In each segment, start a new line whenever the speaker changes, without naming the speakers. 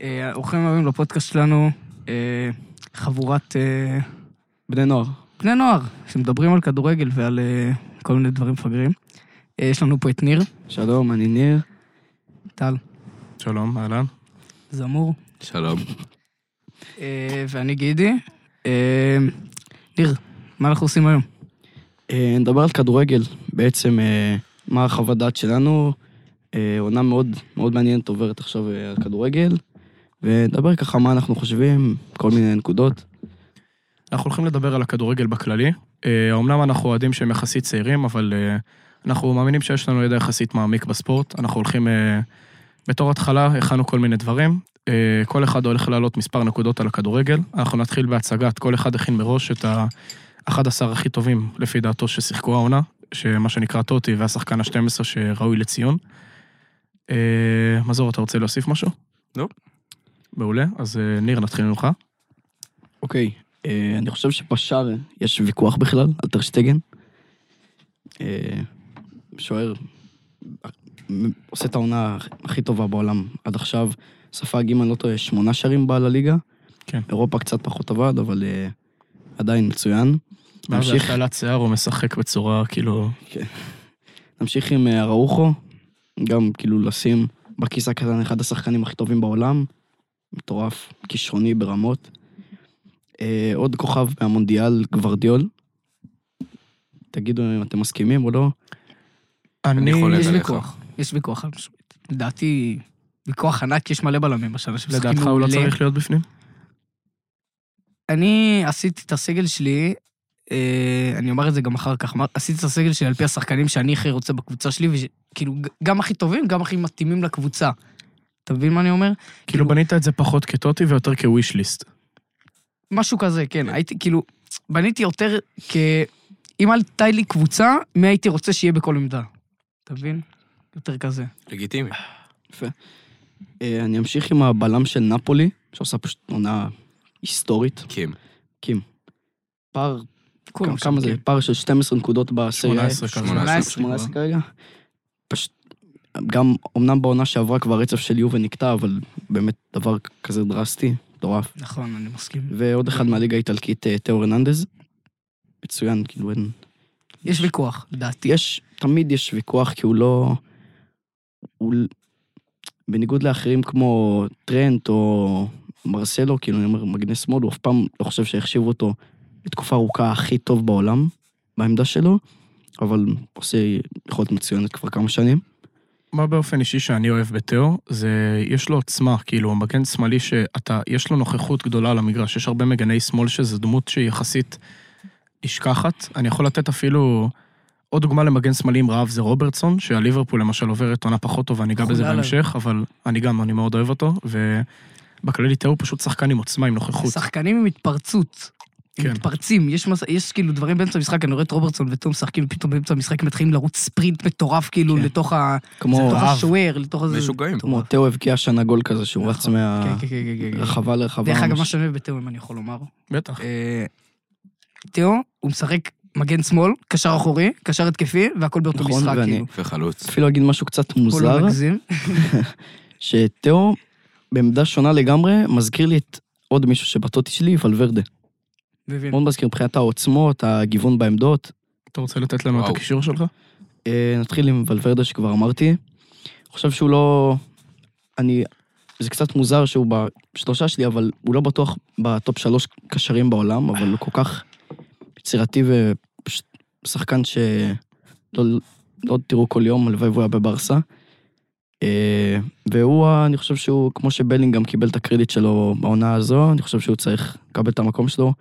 אה, אורחים אוהבים לפודקאסט שלנו, אה, חבורת אה,
בני נוער.
בני נוער, שמדברים על כדורגל ועל אה, כל מיני דברים מפגרים. אה, יש לנו פה את ניר,
שלום, אני ניר.
טל,
שלום, אהלן.
זמור,
שלום.
אה, ואני גידי. אה, ניר, מה אנחנו עושים היום?
אה, נדבר על כדורגל, בעצם אה, מה החוות דעת שלנו. אה, עונה מאוד מאוד מעניינת עוברת עכשיו אה, על כדורגל, ונדבר ככה מה אנחנו חושבים, כל מיני נקודות.
אנחנו הולכים לדבר על הכדורגל בכללי. אה, אמנם אנחנו אוהדים שהם יחסית צעירים, אבל אה, אנחנו מאמינים שיש לנו ידע יחסית מעמיק בספורט. אנחנו הולכים, אה, בתור התחלה הכנו כל מיני דברים. אה, כל אחד הולך להעלות מספר נקודות על הכדורגל. אנחנו נתחיל בהצגת, כל אחד הכין מראש את ה-11 הכי טובים, לפי דעתו, ששיחקו העונה, שמה שנקרא טוטי, והשחקן ה-12 שראוי לציון. אה, מזור, אתה רוצה להוסיף משהו?
לא.
מעולה, אז אה, ניר, נתחיל ממך.
אוקיי, אה, אני חושב שבשאר יש ויכוח בכלל על טרשטגן. אה, שוער אה, עושה את העונה הכי טובה בעולם עד עכשיו. ספג, אם אני לא טועה, שמונה שערים בעל הליגה.
כן.
אירופה קצת פחות עבד, אבל אה, עדיין מצוין.
ואז
נמשיך.
בהתחלת שיער הוא משחק בצורה כאילו...
נמשיך עם אה, אראוחו, גם כאילו לשים בכיס הקטן אחד השחקנים הכי טובים בעולם, מטורף, כישרוני ברמות. אה, עוד כוכב מהמונדיאל, גוורדיול. תגידו אם אתם מסכימים או לא.
אני חולק
יש
עליך.
ויכוח, יש ויכוח על משהו. לדעתי, ויכוח ענק, יש מלא בלמים השנה שמשחקים
לדעתך הוא לא
מעולה.
צריך להיות בפנים?
אני עשיתי את הסגל שלי, אה, אני אומר את זה גם אחר כך, מה- עשיתי את הסגל שלי על פי השחקנים שאני הכי רוצה בקבוצה שלי, וכאילו, גם הכי טובים, גם הכי מתאימים לקבוצה. אתה מבין מה אני אומר?
כאילו בנית את זה פחות כטוטי ויותר כוויש ליסט.
משהו כזה, כן. הייתי, כאילו, בניתי יותר כ... אם הייתה לי קבוצה, מי הייתי רוצה שיהיה בכל עמדה. אתה מבין? יותר כזה.
לגיטימי.
אה, אני אמשיך עם הבלם של נפולי, שעושה פשוט עונה היסטורית.
קים.
פער,
כולם שם,
כמה זה?
כן.
פער של 12 נקודות בסריה.
18 כזה.
18 כרגע. פשוט, גם, אמנם בעונה שעברה כבר רצף של יובה נקטע, אבל באמת דבר כזה דרסטי, מטורף.
נכון, אני מסכים.
ועוד אחד מהליגה האיטלקית, אה, תאו הרננדז. מצוין, כאילו אין...
יש ויכוח, לדעתי.
יש, תמיד יש ויכוח, כי הוא לא... הוא... ל- בניגוד לאחרים כמו טרנט או מרסלו, כאילו אני אומר מגנה שמאל, הוא אף פעם לא חושב שהחשיבו אותו בתקופה ארוכה הכי טוב בעולם, בעמדה שלו, אבל עושה יכולת מצוינת כבר כמה שנים.
מה באופן אישי שאני אוהב בתיאו, זה יש לו עוצמה, כאילו הוא מגן שמאלי שאתה, יש לו נוכחות גדולה על המגרש, יש הרבה מגני שמאל שזו דמות שהיא יחסית נשכחת. אני יכול לתת אפילו עוד דוגמה למגן שמאלי עם רעב זה רוברטסון, שהליברפול למשל עוברת עונה פחות טובה, אני אגע בזה
חולה עליו.
בהמשך, אבל אני גם, אני מאוד אוהב אותו, ובכללי תיאו הוא פשוט שחקן עם עוצמה, עם נוכחות.
שחקנים עם התפרצות. כן.
כן.
מתפרצים, יש, מס... יש כאילו דברים באמצע המשחק, אני רואה את רוברטסון ותום משחקים, פתאום באמצע המשחק מתחילים לרוץ ספרינט מטורף, כאילו,
כן.
לתוך, ה...
כמו,
לתוך
רב.
השוער, לתוך הזה.
משוגעים.
כמו תאו הבקיע שנה גול כזה, שהוא רץ
נכון. כן, כן, כן,
מהרחבה
כן, כן.
לרחבה.
דרך אגב,
אה. ממש.
מה שאני אוהב בתיאו, אם אני יכול לומר.
בטח.
אה, תיאו, הוא משחק מגן שמאל, קשר אחורי, קשר התקפי, והכל באותו
נכון,
משחק,
ואני-
כאילו.
וחלוץ.
אפילו אגיד משהו קצת
פה לא
מוזר.
נגזים.
שתיאו בעמדה שונה לגמרי מזכיר לי את עוד מישהו שבטוטי שלי, ולוורדה.
מבין.
מאוד מזכיר מבחינת העוצמות, הגיוון בעמדות.
אתה רוצה לתת לנו את
וואו.
הקישור שלך?
אה, נתחיל עם ולוורדה שכבר אמרתי. אני חושב שהוא לא... אני... זה קצת מוזר שהוא בשלושה שלי, אבל הוא לא בטוח בטופ שלוש קשרים בעולם, אבל הוא כל כך יצירתי ושחקן שלא לא תראו כל יום, הלוואי והוא היה בברסה. אה, והוא, ה- אני חושב שהוא, כמו שבלינג גם קיבל את הקרדיט שלו בעונה הזו, אני חושב שהוא צריך לקבל את המקום שלו.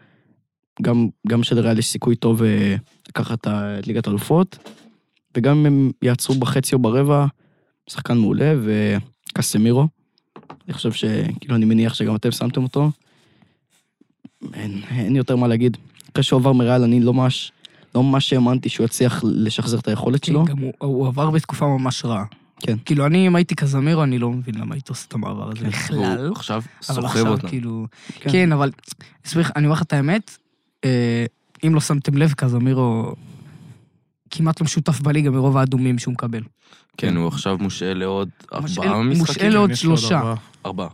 גם, גם שלריאל יש סיכוי טוב אה, לקחת את ה- את ליגת האלופות, וגם אם הם יעצרו בחצי או ברבע, שחקן מעולה, וקסמירו. אני חושב ש... כאילו, אני מניח שגם אתם שמתם אותו. אין, אין יותר מה להגיד. אחרי שהוא עבר מריאל, אני לא ממש, לא ממש האמנתי שהוא יצליח לשחזר את היכולת שלו.
כן, גם הוא- הוא עבר בתקופה ממש רעה.
כן.
כאילו, אני, אם הייתי קזמירו, אני לא מבין למה הייתי עושה את המעבר הזה
כן.
בכלל.
הוא עכשיו
אבל
סוחב
עכשיו
אותנו.
כאילו... כן, אבל אסביר לך, אני אומר לך את האמת, אה, אם לא שמתם לב, קזמירו כמעט לא משותף בליגה מרוב האדומים שהוא מקבל.
כן, הוא עכשיו מושעה לעוד
הוא
ארבעה
מושעה- הוא מושעה
משחקים.
לעוד
יש לו עוד
שלושה.
ארבעה.
ארבעה.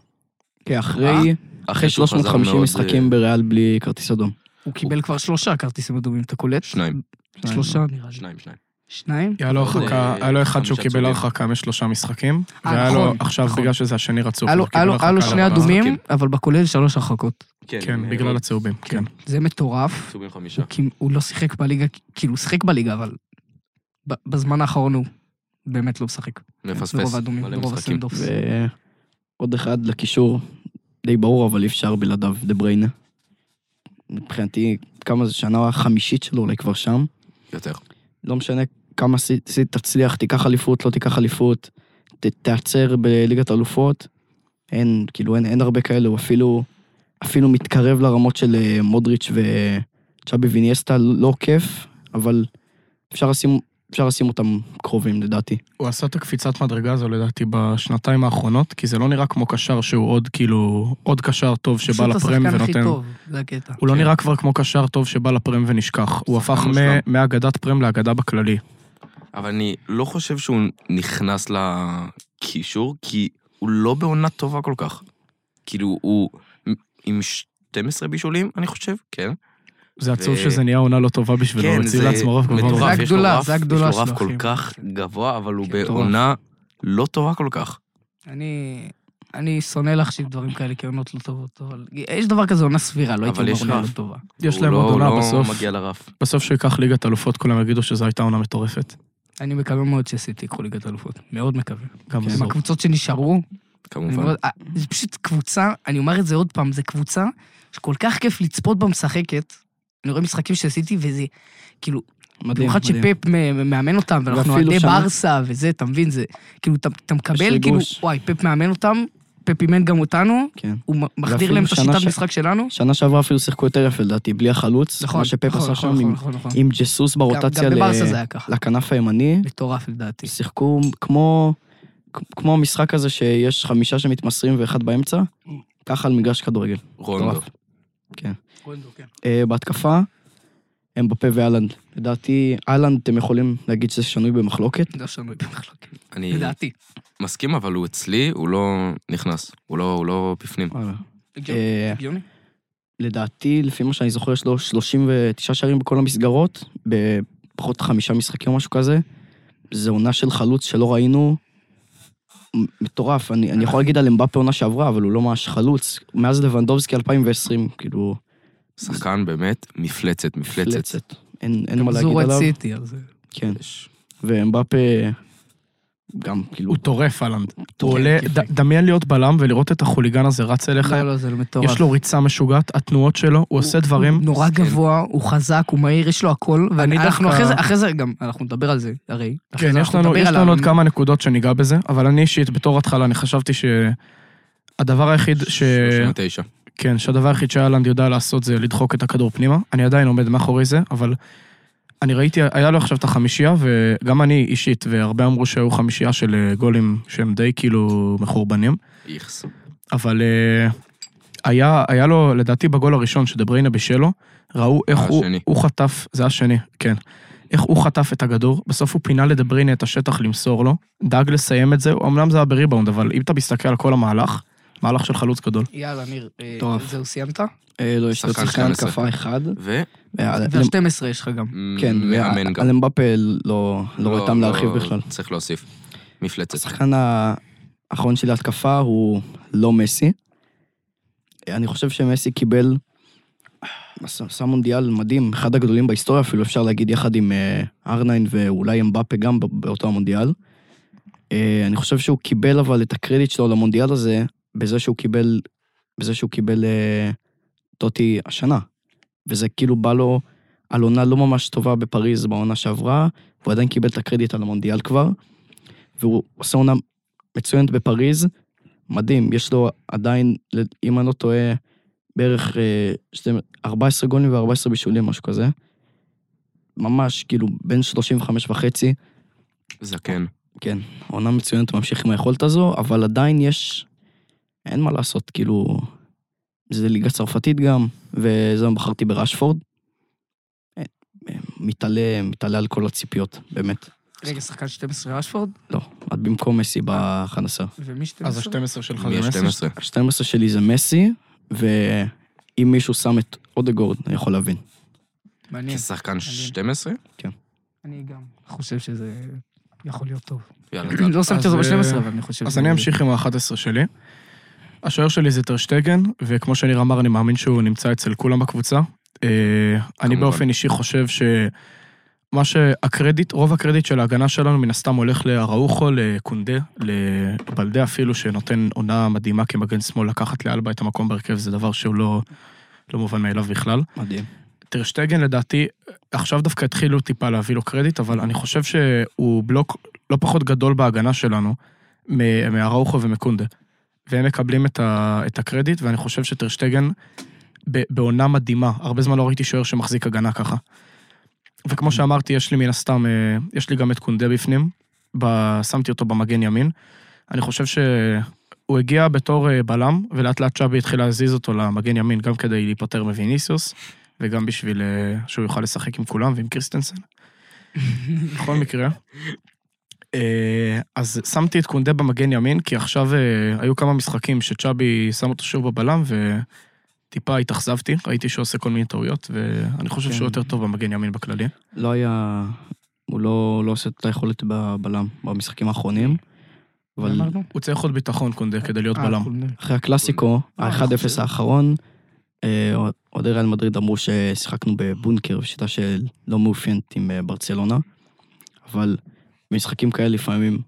כן, אחרי אחרי
אחרי שהוא חזר
350
מאוד, אה,
משחקים בריאל בלי כרטיס אדום.
הוא קיבל כבר שלושה כרטיסים אדומים, אתה קולט?
שניים.
שלושה נראה לי.
שניים, שניים.
שניים?
היה לו הרחקה,
אה,
היה לו אחד שהוא
חמישה
קיבל
צהובים.
הרחקה משלושה משחקים,
אה,
והיה לו
נכון,
עכשיו,
נכון.
בגלל שזה השני רצוף,
היה לו-
הוא כאילו קיבל
היה לו- היה לו
הרחקה
שני
על הרמה.
אדומים,
אוקיי.
אבל בכולל שלוש הרחקות.
אה,
כן, בגלל הצהובים, כן.
זה מטורף.
צהובים חמישה.
הוא כמ- הוא לא שיחק בליגה, כאילו הוא שיחק בליגה, אבל ב- בזמן האחרון הוא באמת לא משחק.
מפספס.
ברוב האדומים,
מלא
ברוב
משחקים.
הסנדופס.
ועוד אחד לקישור, די ברור, אבל אי אפשר בלעדיו, דה בריינה. מבחינתי, כמה זה שנה החמישית שלו, אולי כבר שם.
יותר.
לא משנה כמה סי- סי תצליח, תיקח אליפות, לא תיקח אליפות, ת- תיעצר בליגת אלופות. אין, כאילו, אין, אין הרבה כאלה, הוא אפילו, אפילו מתקרב לרמות של אה, מודריץ' וצ'אבי ויניאסטה, לא כיף, אבל אפשר לשים, אפשר לשים אותם קרובים לדעתי.
הוא עשה את הקפיצת מדרגה הזו לדעתי בשנתיים האחרונות, כי זה לא נראה כמו קשר שהוא עוד כאילו, עוד קשר טוב שבא
פשוט השחקן
לפרם
הכי
ונותן...
טוב, זה הקטע.
הוא לא
כן.
נראה כבר כמו קשר טוב שבא לפרם ונשכח. הוא
שחקן
הפך מ-
מושלם.
מאגדת פרם לאגדה בכללי.
אבל אני לא חושב שהוא נכנס לקישור, כי הוא לא בעונה טובה כל כך. כאילו, הוא עם 12 בישולים, אני חושב, כן.
זה עצוב
ו- כן,
שזה נהיה עונה לא טובה בשבילו, הוא הציב לעצמו רוב גבוה.
מטורף.
מטורף,
זה
יש לו
הגדולה,
רף-
זה הגדולה
יש לו
שלו,
רף כל
אחי.
כך גבוה, אבל הוא
כן, מטורף.
בעונה לא טובה כל כך.
אני... אני שונא להחשיב דברים כאלה כעונות לא טובות, אבל יש דבר כזה עונה סבירה, לא הייתי
אבל
אומר
יש
עונה
רף.
לא טובה.
יש
הוא
להם
לא-
עוד עונה
הוא
בסוף.
לא מגיע לרף.
בסוף שייקח ליגת אלופות, כולם יגידו שזו הייתה עונה מטורפת.
אני מקווה מאוד שסיטי יקחו ליגת אלופות, מאוד מקווה.
גם
כן.
כן.
עם
בסוף.
הקבוצות שנשארו,
נכון.
אני
כמובן.
מאוד- אה, זה פשוט קבוצה, אני אומר את זה עוד פעם, זו קבוצה שכל כך כיף לצפות בה משחקת. אני רואה משחקים של סיטי וזה, כאילו,
מדהים,
במיוחד
מדהים.
שפפ מ- מאמן אותם, ואנחנו
ואפילו
אוהדי
שם-
ברסה וזה, אתה מבין? זה, כאילו, אתה- אתה מקבל,
ריגוש.
כאילו, וואי, פפ מאמן אותם, פפ אימן גם אותנו,
כן.
הוא מ- מחדיר
ואפילו
להם את
שנה
השיטת
ש-
משחק שלנו.
שנה שעברה אפילו שיחקו יותר יפה לדעתי, בלי החלוץ.
נכון,
מה שפפ
נכון,
עשה שם
נכון,
עם,
נכון, נכון, נכון.
עם ג'סוס
גם-
ברוטציה
גם בברסה
ל-
זה היה ככה.
לכנף הימני.
מטורף לדעתי.
שיחקו כמו, כמו המשחק הזה שיש חמישה שמתמסרים ואחד באמצע, ככה על מגרש כדורגל.
רונדו.
מטורף.
כן.
אה, בהתקפה, הם בפה ואלנד. לדעתי, אהלנד, אתם יכולים להגיד שזה שנוי במחלוקת.
לא שנוי במחלוקת,
אה,
אני
לדעתי.
מסכים, אבל הוא אצלי, הוא לא נכנס. הוא לא- הוא לא בפנים.
אה,
הגיוני.
לדעתי, לפי מה שאני זוכר, יש לו 39 שערים בכל המסגרות, בפחות חמישה משחקים או משהו כזה. זו עונה של חלוץ שלא ראינו. מ- מטורף, אני, אני יכול להגיד על אמבפה עונה שעברה, אבל הוא לא ממש חלוץ. מאז לבנדובסקי 2020, כאילו,
שחקן באמת מפלצת, מפלצת.
פלצת. אין, אין
גם
מה להגיד
זורו את
עליו.
סיטי, אז...
כן,
יש.
ואמבפה גם, כאילו,
הוא טורף, אהלנד.
כן,
הוא
טורף,
עולה,
כיפי.
ד- דמיין להיות בלם ולראות את החוליגן הזה רץ אליך.
לא, לא, זה מטורף.
יש לו ריצה משוגעת, התנועות שלו, הוא עושה דברים.
הוא נורא
מסכן.
גבוה, הוא חזק, הוא מהיר, יש לו הכל.
אני
ואנחנו
דווקא-
אחרי זה, אחרי זה גם, אנחנו נדבר על זה, הרי. אחרי
כן,
זה
יש
אנחנו
לנו,
נדבר
יש
על
לנו
ה-
עוד כמה נקודות שניגע בזה, אבל אני אישית, בתור התחלה, אני חשבתי שהדבר היחיד ש...
39.
כן, שהדבר היחיד שאלנד יודע לעשות זה לדחוק את הכדור פנימה. אני עדיין עומד מאחורי זה, אבל אני ראיתי, היה לו עכשיו את החמישייה, וגם אני אישית, והרבה אמרו שהיו חמישייה של אה, גולים שהם די כאילו מחורבנים,
איכס.
אבל אה, היה, היה לו, לדעתי בגול הראשון שדה בריינה בשלו, ראו איך הוא,
השני.
הוא חטף, זה השני, כן. איך הוא חטף את הכדור, בסוף הוא פינה לדה בריינה את השטח למסור לו, דאג לסיים את זה, אמנם זה היה בריבאונד, אבל אם אתה מסתכל על כל המהלך, מהלך של חלוץ גדול.
יאללה, ניר, אה,
מטורף.
זהו, סיימת?
אה, לא, יש לו
שחקן
שחקן
12.
התקפה אחד.
ומאמן
אה,
וה-12 יש לך גם.
כן,
גם.
על אמבפה לא לא רואה טעם להרחיב
לא,
בכלל.
צריך להוסיף. מפלצת.
השחקן האחרון של ההתקפה הוא לא מסי. אני חושב שמסי קיבל, עשה עשה מונדיאל מדהים, אחד הגדולים בהיסטוריה, אפילו אפשר להגיד יחד עם אה, ארניין ואולי אמבפה גם ב- באותו המונדיאל. אה, אני חושב שהוא קיבל אבל את הקרדיט שלו למונדיאל הזה, בזה שהוא קיבל, בזה שהוא קיבל אה, טוטי השנה. וזה כאילו בא לו על עונה לא ממש טובה בפריז בעונה שעברה, והוא עדיין קיבל את הקרדיט על המונדיאל כבר. והוא עושה עונה מצוינת בפריז, מדהים, יש לו עדיין, אם אני לא טועה, בערך אה, שתים- 14 גולים ו-14 בישולים, משהו כזה. ממש, כאילו, בין 35 וחצי,
זקן.
כן, עונה מצוינת, ממשיך עם היכולת הזו, אבל עדיין יש, אין מה לעשות, כאילו, זה ליגה צרפתית גם, וזהו, בחרתי בראשפורד. אה, מתעלה, מתעלה על כל הציפיות, באמת.
רגע, שחקן 12 אשפורד?
לא, את במקום מסי ב-11.
ומי שאתם...
אז ה-12 שלך
מי
זה מסי?
ה-12?
ה-12 שלי זה מסי, ואם מישהו שם את אודגורד, אני יכול להבין.
מעניין.
כשחקן 12?
אני גם חושב שזה יכול להיות טוב.
יאללה, אתה-
לא שמתי אותו
אז,
ב-12,
אה,
אבל אני חושב
אז
שזה-
אני אמשיך עם ה-11 שלי. השוער שלי זה טרשטגן, וכמו שניר אמר, אני מאמין שהוא נמצא אצל כולם בקבוצה. אה, אני
כמובן.
באופן אישי חושב שמה שהקרדיט, רוב הקרדיט של ההגנה שלנו מן הסתם הולך לאראוחו, לקונדה, לבלדה אפילו, שנותן עונה מדהימה כמגן שמאל, לקחת לאלבה את המקום בהרכב, זה דבר שהוא לא, לא מובן מאליו בכלל.
מדהים.
טרשטגן לדעתי, עכשיו דווקא התחילו טיפה להביא לו קרדיט, אבל אני חושב שהוא בלוק לא פחות גדול בהגנה שלנו מ- מאראוחו ומקונדה. והם מקבלים את, ה, את הקרדיט, ואני חושב שטרשטגן ב- בעונה מדהימה. הרבה זמן לא ראיתי שוער שמחזיק הגנה ככה. וכמו שאמרתי, יש לי מן הסתם, אה, יש לי גם את קונדה בפנים, ב- שמתי אותו במגן ימין. אני חושב שהוא הגיע בתור אה, בלם, ולאט לאט שבי התחיל להזיז אותו למגן ימין, גם כדי להיפטר מוויניסיוס, וגם בשביל אה, שהוא יוכל לשחק עם כולם ועם קריסטנסן. בכל מקרה. אה, אז שמתי את קונדה במגן ימין, כי עכשיו אה, היו כמה משחקים שצ'אבי שם אותו שוב בבלם, וטיפה התאכזבתי, ראיתי שהוא עושה כל מיני טעויות, ואני חושב
כן.
שהוא יותר טוב במגן ימין בכללי.
לא היה... הוא לא, לא עושה את היכולת בבלם במשחקים האחרונים,
מה
אבל
אמרנו?
הוא צריך עוד ביטחון, קונדה, כדי להיות
אה,
בלם.
קולנר.
אחרי הקלאסיקו,
אה,
ה-1-0
חושב.
האחרון, אה, אוהדי ריאל מדריד אמרו ששיחקנו בבונקר, בשיטה שלא מאופיינת עם אה, ברצלונה, אבל במשחקים כאלה לפעמים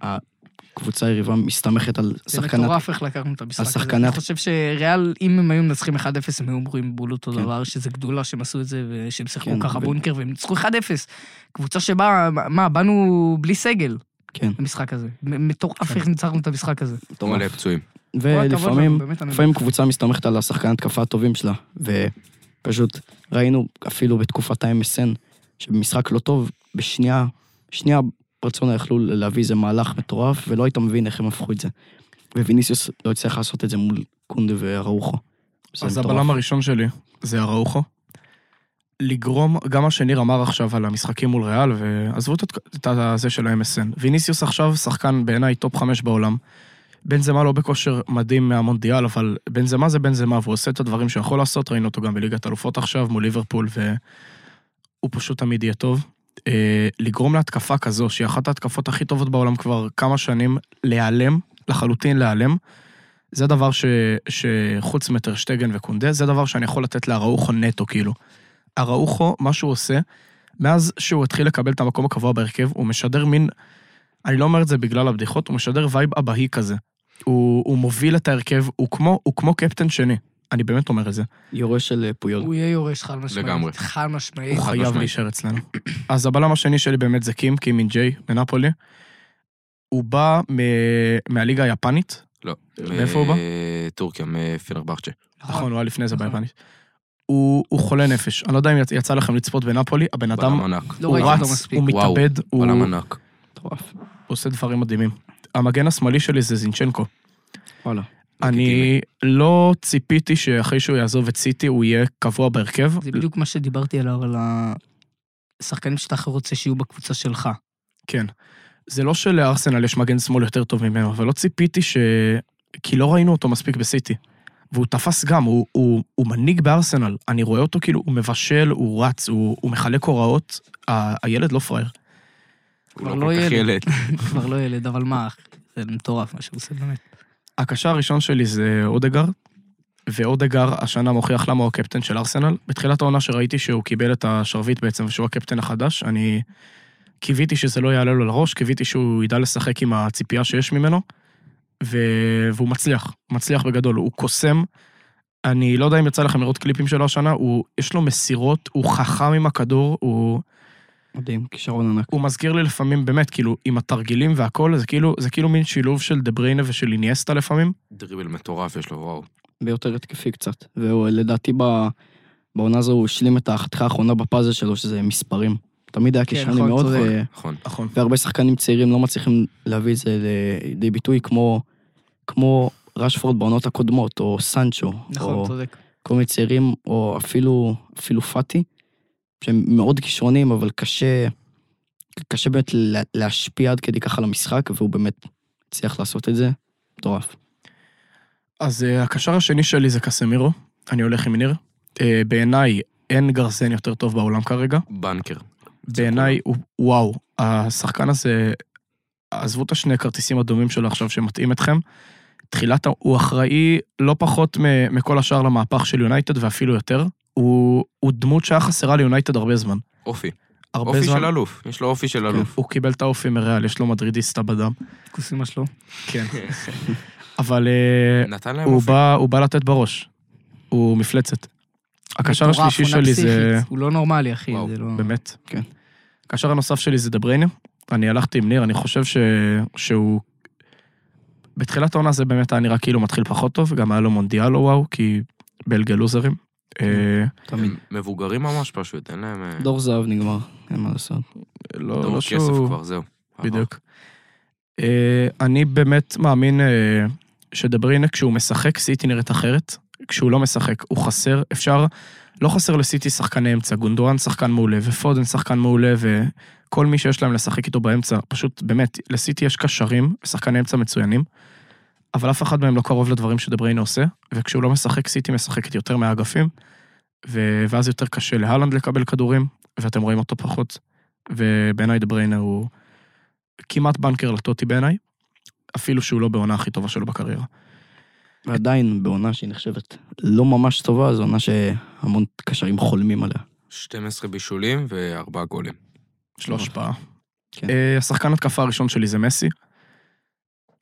הקבוצה היריבה מסתמכת על
זה
שחקן...
מטורף איך לקחנו את המשחק הזה.
השחקנת-
אני חושב שריאל, אם הם היו מנצחים 1-0, הם היו אומרים בול אותו
כן.
דבר, שזה גדולה שהם עשו את זה, ושהם שיחקו
כן,
ככה
ו-
בונקר, והם ניצחו 1-0. קבוצה שבה, מה, באנו בלי סגל
כן,
למשחק הזה. מ- מטורף איך ניצחנו את המשחק הזה.
מטורף.
מלא פצועים.
כל הכבוד
כן. ולפעמים...
לנו, באמת, אני-
כן. לפעמים קבוצה מסתמכת על השחקן התקפה הטובים שלה, ופשוט ראינו אפילו בתקופת ה-MSN, שבמשחק לא טוב, בשנייה, שנייה ברצונה יכלו להביא איזה מהלך מטורף, ולא היית מבין איך הם הפכו את זה. וויניסיוס לא הצליח לעשות את זה מול קונדה ואראוחו. זה
אז
מטורף.
הבלם הראשון שלי זה אראוחו. לגרום, גם מה שניר אמר עכשיו על המשחקים מול ריאל, ועזבו את התק- את הזה של ה-MSN. ויניסיוס עכשיו שחקן בעיניי טופ חמש בעולם. בנזמה לא בכושר מדהים מהמונדיאל, אבל בנזמה זה בנזמה, והוא עושה את הדברים שהוא יכול לעשות, ראינו אותו גם בליגת אלופות עכשיו מול ליברפול, והוא פשוט תמיד יהיה טוב. אה, לגרום להתקפה כזו, שהיא אחת ההתקפות הכי טובות בעולם כבר כמה שנים, להיעלם, לחלוטין להיעלם, זה דבר ש, שחוץ מטרשטגן וקונדה, זה דבר שאני יכול לתת לאראוחו נטו, כאילו. אראוחו, מה שהוא עושה, מאז שהוא התחיל לקבל את המקום הקבוע בהרכב, הוא משדר מין, אני לא אומר את זה בגלל הבדיחות, הוא משדר וייב אבהי כזה. הוא, הוא מוביל את ההרכב, הוא כמו, הוא כמו קפטן שני. אני באמת אומר את זה.
יורה של אה, פויול.
הוא יהיה יורש חד משמעית.
לגמרי.
חד משמעית.
הוא
חד
חייב
משמעית.
להישאר אצלנו. אז הבלם השני שלי באמת זה קים, קים מין ג'יי, מנפולי. הוא בא מ... מהליגה היפנית,
לא.
מאיפה הוא בא?
טורקיה, מפנרבחצ'ה.
נכון, הוא היה לפני זה
נכון.
ביפנית. הוא הוא חולה נפש. אני לא יודע אם יצ- יצא לכם לצפות בנפולי, הבן אדם,
בלם ענק.
לא
הוא
ראיתי אותו
רץ,
מספיק.
הוא
וואו,
מתאבד, הוא
בלם ענק.
מטורף.
עושה דברים מדהימים. המגן השמאלי שלי זה זינצ'נקו.
וואלה.
אני לא ציפיתי שאחרי שהוא יעזוב את סיטי הוא יהיה קבוע בהרכב. לא,
זה בדיוק מה שדיברתי עליו, על השחקנים שאתה הכי רוצה שיהיו בקבוצה שלך.
כן. זה לא שלארסנל יש מגן שמאל יותר טוב ממנו, אבל לא ציפיתי ש... כי לא ראינו אותו מספיק בסיטי. והוא תפס גם, הוא, הוא, הוא מנהיג בארסנל. אני רואה אותו כאילו, הוא מבשל, הוא רץ, הוא, הוא מחלק הוראות. ה- הילד לא פראייר.
הוא
כבר
לא
לא
כל כך
ילד.
ילד.
כבר לא ילד, אבל מה, זה מטורף מה שהוא עושה באמת.
הקשר הראשון שלי זה אודגר, ואודגר השנה מוכיח למה הוא הקפטן של ארסנל. בתחילת העונה שראיתי שהוא קיבל את השרביט בעצם, ושהוא הקפטן החדש, אני קיוויתי שזה לא יעלה לו לראש, קיוויתי שהוא ידע לשחק עם הציפייה שיש ממנו, ו... והוא מצליח, מצליח בגדול, הוא קוסם. אני לא יודע אם יצא לכם לראות קליפים שלו השנה, הוא, יש לו מסירות, הוא חכם עם הכדור, הוא...
מדהים, כישרון ענק.
הוא מזכיר לי לפעמים, באמת, כאילו, עם התרגילים והכל, זה כאילו, זה כאילו מין שילוב של דה בריינה ושל איניאסטה לפעמים.
דריבל מטורף יש לו, וואו.
כן.
ביותר התקפי קצת. ולדעתי בעונה הזו הוא השלים את החתיכה האחרונה בפאזל שלו, שזה מספרים. תמיד היה כישרוני
נכון,
מאוד, אה,
צודק.
ו...
נכון.
נכון.
והרבה שחקנים צעירים לא מצליחים להביא את זה לידי ביטוי כמו, כמו רשפורד בעונות הקודמות, או סנצ'ו,
נכון,
או
צודק.
כל מיני צעירים, או אפילו, אפילו פאטי, שהם מאוד כישרונים, אבל קשה, קשה באמת לה- להשפיע עד כדי כך על המשחק, והוא באמת הצליח לעשות את זה. מטורף.
אז אה, הקשר השני שלי זה קסמירו, אני הולך עם ניר. אה, בעיניי אין גרזן יותר טוב בעולם כרגע.
בנקר.
בעיניי הוא, וואו, השחקן הזה, עזבו את השני כרטיסים אדומים שלו עכשיו שמתאים אתכם. תחילת, ה- הוא אחראי לא פחות מ- מכל השאר למהפך של יונייטד ואפילו יותר. הוא, הוא דמות שהיה חסרה ליונייטד הרבה זמן.
אופי.
הרבה
אופי
זמן. כן.
של אלוף. יש לו אופי של אלוף.
הוא קיבל את האופי מריאל, יש לו מדרידיסטה בדם.
כוסים מה שלו.
כן. אבל אה,
נתן להם
הוא
אופי.
בא, הוא בא לתת בראש. הוא מפלצת. הקשר
מטורף,
השלישי
עונה
שלי זה...
פסיכית. הוא לא נורמלי, אחי,
וואו,
זה לא...
באמת.
כן.
הקשר הנוסף שלי זה דבריינה. אני הלכתי עם ניר, אני חושב ש... שהוא... בתחילת העונה זה באמת היה נראה כאילו מתחיל פחות טוב, גם היה לו מונדיאל לא וואו, כי בלגיה לוזרים. אה,
תמיד.
הם מבוגרים ממש פשוט, אין להם... אה,
דור זהב נגמר, אין מה לעשות.
לא,
דור
לא
כסף
שהוא...
כבר, זהו.
בדיוק. אה, אני באמת מאמין אה, שדבריינה, כשהוא משחק, סיטי נראית אחרת. כשהוא לא משחק, הוא חסר. אפשר, לא חסר לסיטי שחקני אמצע. גונדואן שחקן מעולה, ופודן שחקן מעולה, וכל מי שיש להם לשחק איתו באמצע. פשוט, באמת, לסיטי יש קשרים, שחקני אמצע מצוינים, אבל אף אחד מהם לא קרוב לדברים שדבריינה עושה, וכשהוא לא משחק, סיטי משחקת יותר מהאגפים, ו- ואז יותר קשה להלנד לקבל כדורים, ואתם רואים אותו פחות. ובעיניי דבריינה הוא... כמעט בנקר לטוטי בעיניי, אפילו שהוא לא בעונה הכי טובה שלו בקריירה.
ועדיין בעונה שהיא נחשבת לא ממש טובה, זו עונה שהמון קשרים חולמים עליה.
12 בישולים וארבעה גולים.
יש לו השפעה.
נכון. כן.
אה, השחקן התקפה הראשון שלי זה מסי.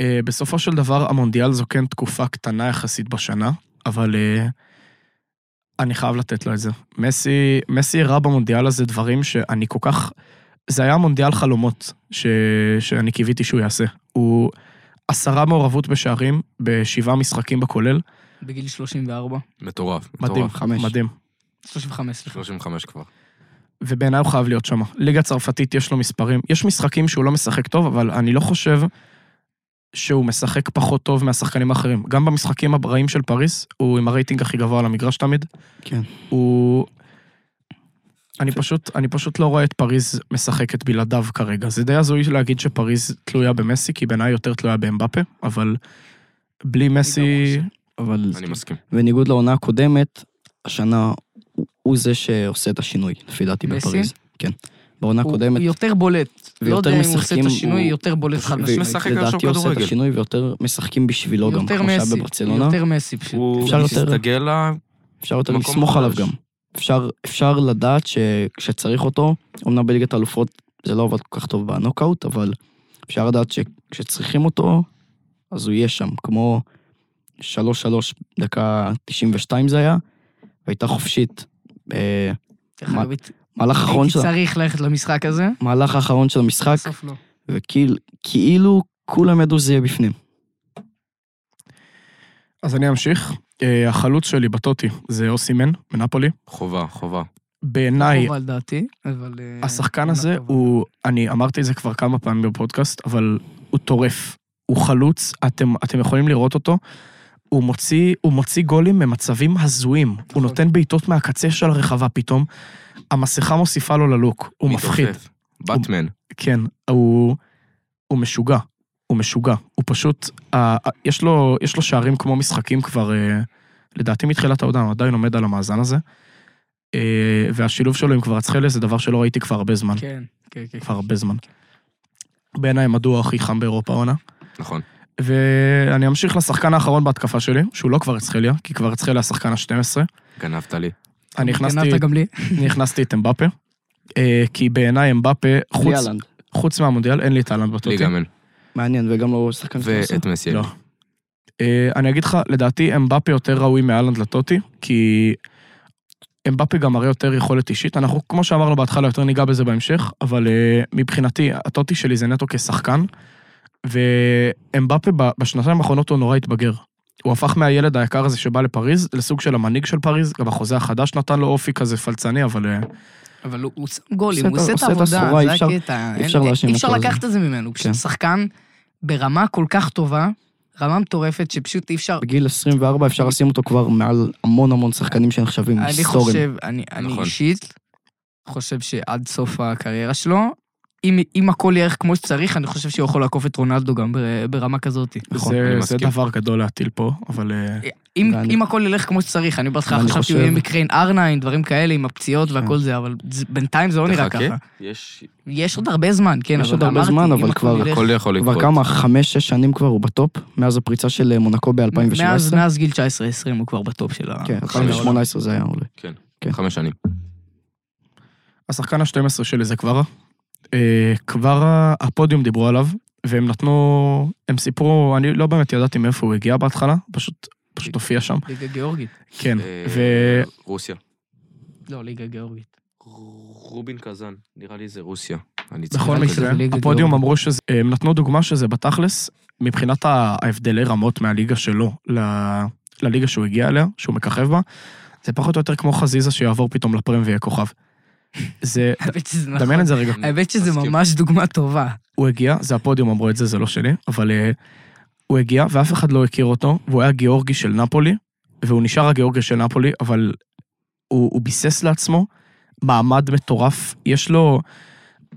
אה, בסופו של דבר המונדיאל זו כן תקופה קטנה יחסית בשנה, אבל אה, אני חייב לתת לו את זה. מסי, מסי הראה במונדיאל הזה דברים שאני כל כך... זה היה מונדיאל חלומות ש... שאני קיוויתי שהוא יעשה. הוא עשרה מעורבות בשערים בשבעה משחקים בכולל.
בגיל 34.
מטורף.
מדהים,
מטורף.
חמש.
מדהים.
35, סליחה.
35 כבר.
ובעיניי הוא חייב להיות שם. ליגה צרפתית יש לו מספרים, יש משחקים שהוא לא משחק טוב, אבל אני לא חושב שהוא משחק פחות טוב מהשחקנים האחרים. גם במשחקים הרעים של פריס, הוא עם הרייטינג הכי גבוה על המגרש תמיד.
כן.
הוא... אני פשוט, אני פשוט לא רואה את פריז משחקת בלעדיו כרגע. זה די הזוי להגיד שפריז תלויה במסי, כי בעיניי יותר תלויה באמבפה, אבל בלי מסי...
אבל
אני מסכים.
בניגוד לעונה הקודמת, השנה הוא- הוא זה שעושה את השינוי, לפי דעתי,
מסי?
בפריז. כן. בעונה
הוא
הקודמת,
יותר בולט. לא
ויותר
יודע אם הוא עושה את
משחקים,
השינוי,
הוא-
יותר בולט חד משמעית.
משחק עכשיו
לדעתי הוא עושה את
כדורגל.
השינוי ויותר משחקים בשבילו לא, גם,
יותר
כמו שהיה
מסי,
בברצלונה.
יותר מסי פשוט.
הוא
אפשר יותר-
מסתגל לה...
אפשר יותר
מקום
לסמוך עליו
חדש.
גם. אפשר, אפשר לדעת שכשצריך אותו, אמנם בליגת האלופות זה לא עבד כל כך טוב בנוקאוט, אבל אפשר לדעת שכשצריכים אותו, אז הוא יהיה שם, כמו 3-3 דקה 92 זה היה, והייתה חופשית. אה,
דרך
מה-
אגב, הייתי
מהלך האחרון
הייתי
של,
צריך ללכת למשחק הזה,
מהלך האחרון של המשחק,
בסוף לא.
וכאילו כאילו כולם ידעו שזה יהיה בפנים.
אז אני אמשיך. אה, החלוץ שלי בטוטי זה אוסימן מנפולי.
חובה, חובה.
בעיניי,
חובה על דעתי, אבל... אה,
השחקן
עונה
הזה
טובה.
הוא, אני אמרתי את זה כבר כמה פעמים בפודקאסט, אבל הוא טורף. הוא חלוץ, אתם, אתם יכולים לראות אותו. הוא מוציא, הוא מוציא גולים ממצבים הזויים. הוא נותן בעיטות מהקצה של הרחבה פתאום. המסכה מוסיפה לו ללוק, הוא
מתעופף.
מפחיד.
באטמן.
כן, הוא, הוא משוגע. הוא משוגע. הוא פשוט, אה, אה, יש לו, יש לו שערים כמו משחקים כבר, אה, לדעתי מתחילת העונה, הוא עדיין עומד על המאזן הזה. אה, והשילוב שלו עם קוורצחלה זה דבר שלא ראיתי כבר הרבה זמן.
כן, כן, כן.
כבר הרבה זמן. בעיניי מדוע הכי חם באירופה העונה.
נכון.
ואני אמשיך לשחקן האחרון בהתקפה שלי, שהוא לא כבר אצחליה, כי כבר אצחליה השחקן ה-12.
גנבת לי.
אני הכנסתי,
גנבת גם לי.
אני הכנסתי את אמבפה, אה, כי בעיניי אמבפה, חוץ,
יאלנד.
חוץ מהמונדיאל, אין לי את אהלנד בטוטי.
לי גם אין.
מעניין, וגם לא שחקן שעושה.
ואת מסי. אין
לא.
לי.
אה, אני אגיד לך, לדעתי אמבפה יותר ראוי מאלנד לטוטי, כי אמבפה גם מראה יותר יכולת אישית. אנחנו, כמו שאמרנו בהתחלה, יותר ניגע בזה בהמשך, אבל אה, מבחינתי, הטוטי שלי זה נטו כשחקן, ואמבפה ב- בשנתיים האחרונות הוא נורא התבגר. הוא הפך מהילד היקר הזה שבא לפריז, לסוג של המנהיג של פריז, גם החוזה החדש נתן לו אופי כזה פלצני, אבל... אה,
אבל הוא הוא שם גולים,
עושה
הוא
את-
עושה את
עושה את
העבודה,
הסחורה,
זה
אי אפשר-
הקטע. אין-
אפשר להאשים
אי אפשר
אותו על זה.
לקחת את זה ממנו, הוא פשוט
כן.
שחקן ברמה כל כך טובה, רמה מטורפת, שפשוט אי אפשר...
בגיל 24 אפשר לשים אותו כבר מעל המון המון שחקנים שנחשבים
אני
היסטוריים.
חושב, אני אני
נכון.
אישית חושב שעד סוף הקריירה שלו, אם, אם הכל יהיה כמו שצריך, אני חושב שהוא יכול לעקוף את רונלדו גם בר- ברמה כזאת.
נכון,
זה-
אני
זה
מסכים.
דבר גדול להטיל פה, אבל... אה,
אם,
ואני-
אם הכל ילך כמו שצריך, אני אומר לך,
ואני
עכשיו
חושב- כן.
שהוא יהיה מקריין R9, דברים כאלה עם הפציעות והכל זה, אבל זה- בינתיים זה לא נראה
תחכה.
ככה.
יש...
לא,
יש עוד הרבה זמן, כן,
יש
אבל
עוד הרבה
אמרתי,
זמן,
אם
אבל
הכל
כבר
ילך-
הכל יכול לקרות.
כבר כמה, חמש, שש שנים כבר הוא בטופ, מאז הפריצה של אה, מונקו ב-2017?
מאז, מאז גיל 19-20 הוא כבר בטופ של ה...
כן, 2018 זה היה עולה. כן.
חמש שנים.
השחקן ה-12 שלי זה קברה. אה, קברה, הפודיום דיברו עליו, והם נתנו, הם סיפרו, אני לא באמת ידעתי מאיפה הוא הגיע בהתחלה, פשוט, פשוט הופיע שם.
ליגה גיאורגית.
כן,
אה,
ו...
רוסיה.
לא, ליגה גיאורגית.
רובין קזאן, נראה לי זה רוסיה. אני צריך
בכל
לבדוק את
מקרה,
זה.
ליגה
הפודיום
גאורגית.
אמרו שזה, אה, הם נתנו דוגמה שזה בתכלס, מבחינת ה- ההבדלי רמות מהליגה שלו ל- לליגה שהוא הגיע אליה, שהוא מככב בה, זה פחות או יותר כמו חזיזה שיעבור פתאום לפרם ויהיה כוכב. זה,
האמת שזה נכון.
דמיין את זה רגע.
האמת שזה
מסכים.
ממש דוגמה טובה.
הוא הגיע, זה הפודיום אמרו את זה, זה לא שלי, אבל אה, הוא הגיע ואף אחד לא הכיר אותו, והוא היה גיאורגי של נפולי, והוא נשאר הגיאורגי של נפולי, אבל הוא, הוא ביסס לעצמו מעמד מטורף, יש לו,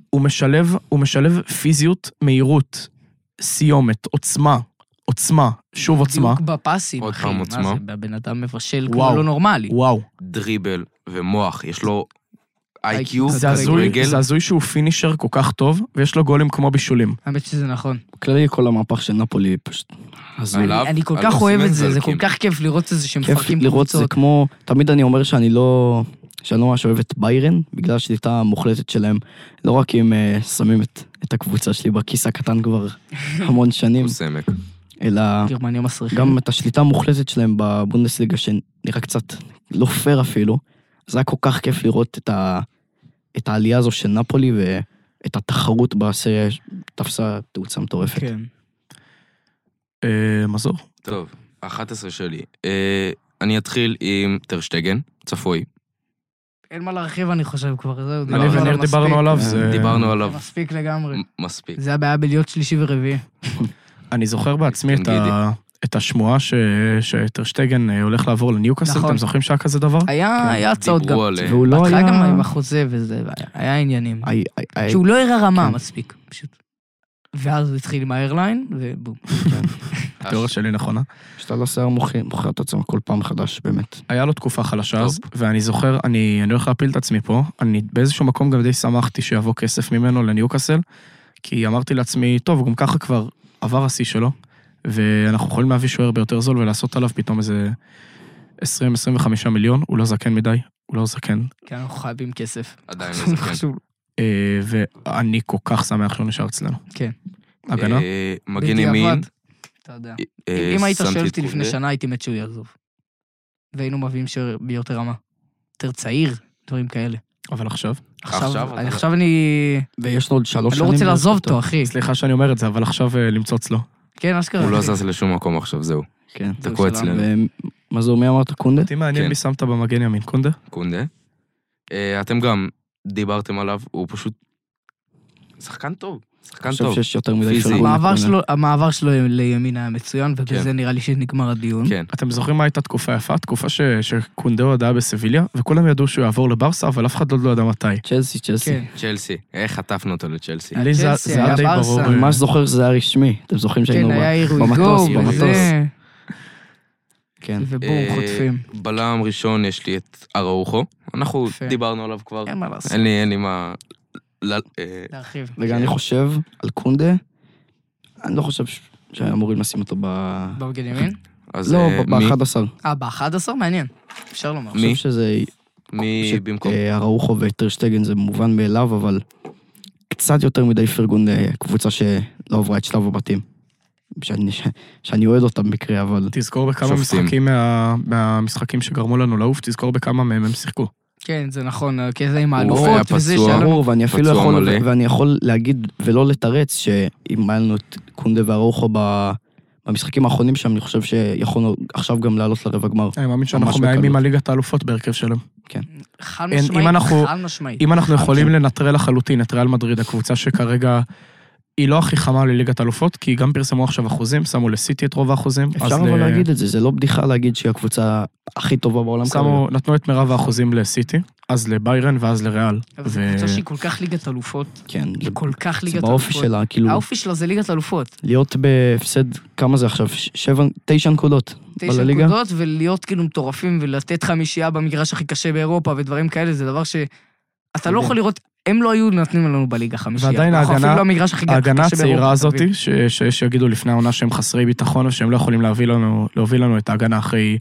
הוא משלב, הוא משלב פיזיות, מהירות, סיומת, עוצמה, עוצמה, שוב עוצמה,
דיוק בפסים,
עוד
אחי.
פעם
מה
עוצמה.
זה, הבן אדם מבשל כמו
וואו.
לא נורמלי.
וואו.
דריבל ומוח, יש לו
IQ,
איי-קיו,
זה הזוי,
כדורגל.
זה הזוי שהוא פינישר כל כך טוב, ויש לו גולים כמו בישולים.
האמת שזה נכון.
בכללי כל המהפך של נפולי פשוט הזוי.
עליו, אה,
אני כל
על
כך אוהב
אוסימן
את זה, זה כל
זרקים.
כך כיף לראות את זה
כיף
שמפרקים
לראות זה
קבוצות.
כמו, תמיד אני אומר שאני לא, שאני לא ממש אוהב את ביירן, בגלל השליטה המוחלטת שלהם. לא רק אם אה, שמים את, את הקבוצה שלי בכיס הקטן כבר המון שנים,
סמק.
אלא
גרמניה מסריחה.
גם את השליטה המוחלטת שלהם בבונדסליגה, שנראה קצת לא פייר אפילו. זה היה כל כך כיף לראות את, ה, את העלייה הזו של נפולי ואת התחרות בסריה תפסה תאוצה מטורפת.
כן.
אה, מזור.
טוב, 11 שלי. אה, אני אתחיל עם טרשטגן, צפוי.
אין מה להרחיב, אני חושב כבר, זהו.
לא,
אני
דיברנו עליו
וניר
לא מספיק.
לא, דיברנו עליו,
אה,
זה...
דיברנו עליו
זה מספיק לגמרי.
כן. מ- מספיק.
אה. זה הבעיה בלהיות שלישי ורביעי.
אני זוכר בעצמי את,
אוקיי, כן, גידי.
ה... את השמועה ש... שטרשטגן אה, הולך לעבור לניוקאסל,
נכון.
אתם זוכרים שהיה כזה דבר?
היה היה הצעות גם.
דיברו על... אה,
והוא לא
בהתחלה
היה...
גם עם החוזה וזה, והיה- היה עניינים.
הי- הי- הי-
שהוא לא הראה רמה
כן.
מספיק, פשוט. ואז הוא התחיל עם האיירליין, ובום.
אה,
התיאוריה שלי נכונה.
שאתה לא שיער מוכר מוכר את עצמו כל פעם מחדש, באמת.
היה לו תקופה חלשה
טוב.
אז, ואני זוכר, אני, אני הולך להפיל את עצמי פה, אני באיזשהו מקום גם די שמחתי שיבוא כסף ממנו לניוקאסל, כי אמרתי לעצמי, טוב, גם ככה כבר עבר השיא שלו, ואנחנו יכולים להביא שוער ביותר זול ולעשות עליו פתאום איזה 20-25 מיליון, הוא לא זקן מדי, הוא לא זקן,
כי אנחנו חייבים כסף.
עדיין לא זקן.
חשוב.
אה, ואני כל כך שמח שהוא נשאר אצלנו.
כן.
הגנה?
אה, מגן
בדיעבד,
ימין.
אתה יודע.
אה,
אם היית
שמתי
שואל
את
אותי לפני
קונדה.
שנה, הייתי מת שהוא יעזוב. והיינו מביאים שוער ביותר רמה. יותר צעיר, דברים כאלה.
אבל עכשיו?
עכשיו
עכשיו, אני-
אתה-
עכשיו אני...
ויש לו עוד שלוש
אני
שנים.
לא רוצה לעזוב אותו, אחי.
אה, סליחה שאני אומר את זה, אבל עכשיו אה, למצוץ לו.
כן, אשכרה.
הוא לא
אחי.
זז לשום מקום עכשיו, זהו.
כן.
זהו,
תקוע
שלנו.
אצלנו.
ומה זה, מי אמרת? קונדה?
אותי מעניין
כן.
מי שמת במגן ימין, קונדה?
קונדה. אה, אתם גם דיברתם עליו, הוא פשוט... שחקן טוב. שחקן
אני חושב
טוב.
שיש יותר מדי
פיזי.
שוערים
המעבר
לקונדה.
שלו, המעבר שלו לימין היה מצוין,
כן.
ובזה נראה לי שנגמר הדיון.
כן.
אתם זוכרים מה הייתה תקופה יפה? תקופה ש- שקונדה עוד היה בסביליה, וכולם ידעו שהוא יעבור לברסה, אבל אף אחד עוד לא ידע מתי.
צ'לסי, צ'לסי.
כן.
צ'לסי. איך חטפנו אותו לצ'לסי?
אה,
לי זה
צ'לסי,
זה היה
היה
די
ברסה.
ברור.
אני
אה,
ממש זוכר שזה היה רשמי. אתם זוכרים
כן,
שהיינו ב...
היה אירוי
במטוס,
גו,
במטוס.
וזה,
כן.
ובום,
אה,
חוטפים.
בלם ראשון יש לי את אראוחו. אנחנו
יפה.
דיברנו עליו כבר.
אין מה לעשות.
אין לי, אין לי מה... ל- אה,
להרחיב.
רגע, אני חושב על קונדה, אני לא חושב ש- שאמורים לשים אותו ב...
במגן ימין?
אז
לא,
אה,
ב-
מי-
ב-11.
אה, ב-11? מעניין. אפשר לומר.
אני
מי?
חושב שזה...
מי
ש-
במקום?
אה, אראוחו וטרשטגן זה מובן מאליו, אבל קצת יותר מדי פרגון לקבוצה שלא עברה את שלב הבתים. שאני, ש- שאני אוהד אותה במקרה, אבל
תזכור בכמה
שופטים.
משחקים מה- מהמשחקים שגרמו לנו לעוף, תזכור בכמה מהם הם שיחקו.
כן, זה נכון, כי זה עם
הוא
האלופות
היה
וזה
פצוע.
שהיה לנו...
ברור, ואני אפילו
פצוע
יכול,
מלא.
ואני יכול להגיד ולא לתרץ שאם היה לנו את קונדה ואראוחו ב- במשחקים האחרונים שם, אני חושב שיכולנו עכשיו גם לעלות לרבע גמר.
אני מאמין שאנחנו
בקלות.
מאיימים על ליגת האלופות בהרכב שלהם.
חד
אין, אם
משמעית,
אנחנו-
חד משמעית.
אם אנחנו יכולים לנטרל לחלוטין את ריאל מדריד, הקבוצה שכרגע היא לא הכי חמה לליגת אלופות, כי גם פרסמו עכשיו אחוזים, שמו לסיטי את רוב האחוזים.
אפשר
אז אה,
אבל
ל-
להגיד את זה, זה לא בדיחה להגיד שהיא הקבוצה הכי טובה בעולם.
שמו, נתנו את מירב האחוזים לסיטי, אז לביירן ואז לריאל.
אבל זו
ו-
קבוצה שהיא כל כך ליגת אלופות,
כרגע. כן,
היא כל כך
זה
ליגת אלופות.
באופי שלה, כאילו,
האופי שלה זה ליגת אלופות.
להיות בהפסד, כמה זה עכשיו? ש- שבע, תשע נקודות.
תשע
בלליגה?
נקודות ולהיות כאילו מטורפים ולתת חמישייה במגרש הכי קשה באירופה ודברים כאלה, זה דבר ש... אתה לא
מדהים.
יכול לראות, הם לא היו נותנים לנו בליגה חמישייה.
ועדיין
אנחנו
ההגנה-
אפילו לא המגרש הכי קשה באירופה.
ההגנה הצעירה
אתה
הזאת,
מבין?
ש- ש- שיגידו לפני העונה שהם חסרי ביטחון ושהם לא יכולים להביא לנו, להוביל לנו את ההגנה אחרי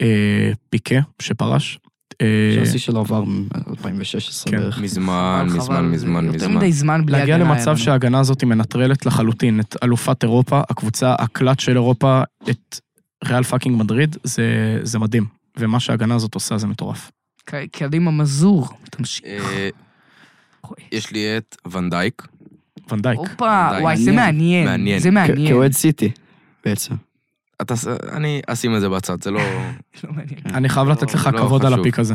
אה, פיקה שפרש. אה,
שהשיא שלו עבר מ-2016
כן.
בערך.
מזמן,
חבל,
מזמן,
זה
מזמן,
יותר
מזמן.
מדי זמן בלי הגנה.
להגיע
היה לנו.
למצב שההגנה הזאת מנטרלת לחלוטין את אלופת אירופה, הקבוצה הקלאץ' של אירופה, את ריאל פאקינג מדריד, זה, זה מדהים. ומה שההגנה הזאת עושה זה מטורף.
ק- קדימה מזור, תמשיך.
אה, יש לי את ונדייק.
ונדייק.
הופה,
די,
וואי, זה
מעניין.
מעניין.
מעניין.
זה
כ-
מעניין.
כאוהד סיטי, בעצם.
אתה, אני אשים את זה בצד, זה לא...
לא מעניין.
אני חייב לתת לך
לא
כבוד על
חשוב.
הפיק הזה.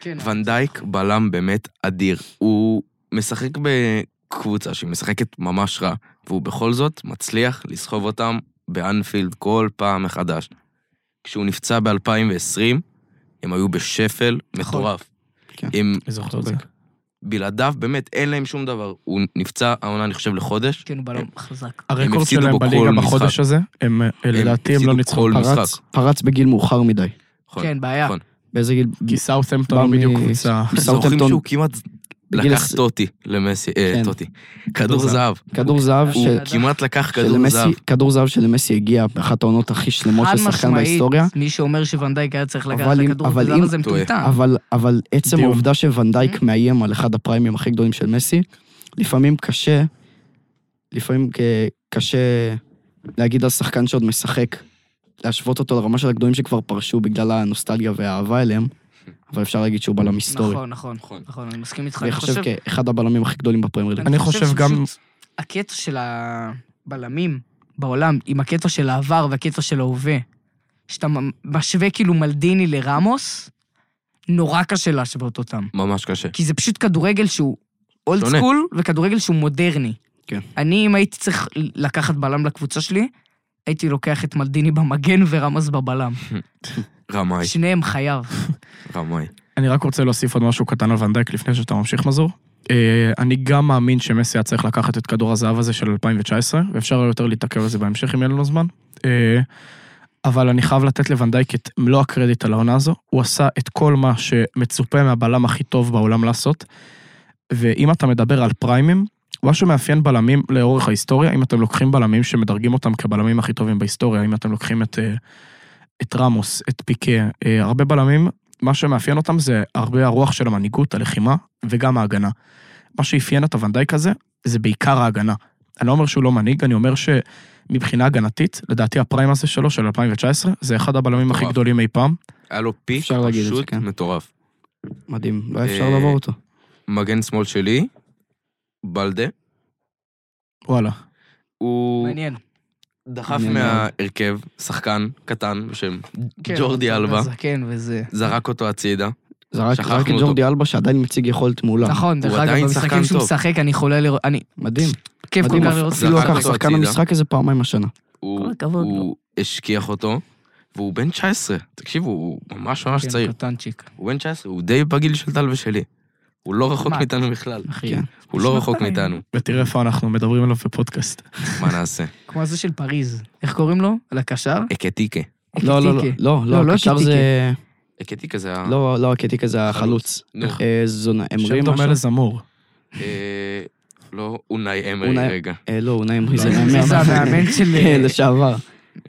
כן,
ונדייק בלם באמת אדיר. הוא משחק בקבוצה שהיא משחקת ממש רע, והוא בכל זאת מצליח לסחוב אותם באנפילד כל פעם מחדש. כשהוא נפצע ב-2020, הם היו בשפל
נכון.
מטורף.
כן.
הם,
אני זוכר את
אוקיי.
זה.
בלעדיו באמת אין להם שום דבר. הוא נפצע, העונה אני חושב לחודש.
כן, הוא בלם חזק.
הרקורד
הפסידו
שלהם
בכל
בליגה
משחק.
בחודש הזה, הם אה, לדעתי הם
הפסידו
לא ניצחו.
כל
פרץ,
משחק.
פרץ- פרץ בגיל מאוחר מדי.
נכון.
כן, בעיה.
נכון.
באיזה גיל?
כי סאות'המפטון לא
בא מ-
בדיוק קבוצה.
זוכרים
סאוטהמפטון,
שהוא כמעט
בגיל
לקח
עש-
טוטי למסי, אה,
כן.
טוטי. כדור זהב.
כדור זהב
הוא
של-
כמעט לקח כדור
שלמסי,
זהב.
כדור זהב שלמסי הגיע באחת העונות הכי שלמות
חד
של שחקן
משמעית,
בהיסטוריה,
מי שאומר שוונדייק היה צריך לקחת
אבל
את
אם-
הכדור,
אבל
זה
אם-
למה זה
טועה.
מטומטם. נכון,
אבל, אבל עצם
דיון.
העובדה שוונדייק מאיים על אחד הפריימים הכי גדולים של מסי, לפעמים קשה, לפעמים כ- קשה להגיד על שחקן שעוד משחק, להשוות אותו לרמה של הגדולים שכבר פרשו בגלל הנוסטלגיה והאהבה אליהם, אבל אפשר להגיד שהוא בלם היסטורי.
נכון, נכון,
נכון.
נכון, אני מסכים איתך.
אני חושב כאחד הבלמים הכי גדולים בפרמייר ליג.
אני חושב גם-
שפשוט הקטע של הבלמים בעולם, עם הקטע של העבר והקטע של ההווה, שאתה משווה כאילו מלדיני לרמוס, נורא קשה להשוות אותם.
ממש קשה.
כי זה פשוט כדורגל שהוא אולד
שונה.
סקול וכדורגל שהוא מודרני.
כן.
אני, אם הייתי צריך לקחת בלם לקבוצה שלי, הייתי לוקח את מלדיני במגן ורמז בבלם.
רמאי,
שניהם חייב.
רמאי.
אני רק רוצה להוסיף עוד משהו קטן על ונדייק לפני שאתה ממשיך מזור. אה, אני גם מאמין שמסי היה צריך לקחת את כדור הזהב הזה של 2019, ואפשר היה יותר להתעכב על זה בהמשך אם יהיה לנו זמן. אה, אבל אני חייב לתת לוונדייק את מלוא הקרדיט על העונה הזו. הוא עשה את כל מה שמצופה מהבלם הכי טוב בעולם לעשות. ואם אתה מדבר על פריימים, מה שמאפיין בלמים לאורך ההיסטוריה, אם אתם לוקחים בלמים שמדרגים אותם כבלמים הכי טובים בהיסטוריה, אם אתם לוקחים את, אה, את רמוס, את פיקה, אה, הרבה בלמים, מה שמאפיין אותם זה הרבה הרוח של המנהיגות, הלחימה וגם ההגנה. מה שאפיין את הוונדייק הזה, זה בעיקר ההגנה. אני לא אומר שהוא לא מנהיג, אני אומר שמבחינה הגנתית, לדעתי הפריים הזה שלו, של 2019, זה אחד הבלמים הכי
מטורף.
גדולים אי פעם.
היה לו פיק
אפשר להגיד את זה,
פשוט
כן.
מטורף.
מדהים, לא היה אפשר
אה,
לעבור אותו.
מגן שמאל שלי, בלדה,
וואלה.
הוא
מעניין.
דחף
מעניין
מההרכב שחקן קטן בשם
כן,
ג'ורדי
אבל
אלבה,
זה- כן, וזה...
זרק אותו הצידה.
זה רק
שכחנו
רק את
אותו.
ג'ורדי אלבה שעדיין מציג יכולת מעולה.
נכון, דרך אגב,
לא, עדיין
במשחקים
שחקן
שהוא
טוב.
משחק, אני חולה לראות... אני...
מדהים,
כיף כל
מדהים.
כך לראות...
אפילו
זרק
לקח
אותו
שחקן
הצידה.
המשחק הזה פעמיים השנה.
הוא
כל הכבוד לו.
הוא השכיח אותו, והוא בן 19. תקשיבו, הוא ממש ממש
כן,
צעיר.
קטנצ'יק.
הוא בן 19, הוא די בגיל של טל ושלי. הוא לא רחוק
מה?
מאיתנו בכלל.
אחי,
כן.
הוא לא
נשמע
רחוק
חיים.
מאיתנו.
ותראה איפה אנחנו מדברים עליו בפודקאסט.
מה נעשה?
כמו הזה של פריז. איך קוראים לו? לקשר?
אקטיקה.
לא, לא, לא,
אקטיקה.
לא,
לא,
לא,
לא
הקשר
הקטיקי.
זה...
אקטיקה זה ה...
לא, לא, הקטיקה זה החלוץ.
נו,
אה, זונה, הם
שם
אומרים
דומה
משהו?
לזמור.
אה, לא, אונאי אמרי
אונאי-
רגע.
אה, לא, אונאי אמרי זה
זה
מאמן.
המאמן של... אה,
אה, לשעבר.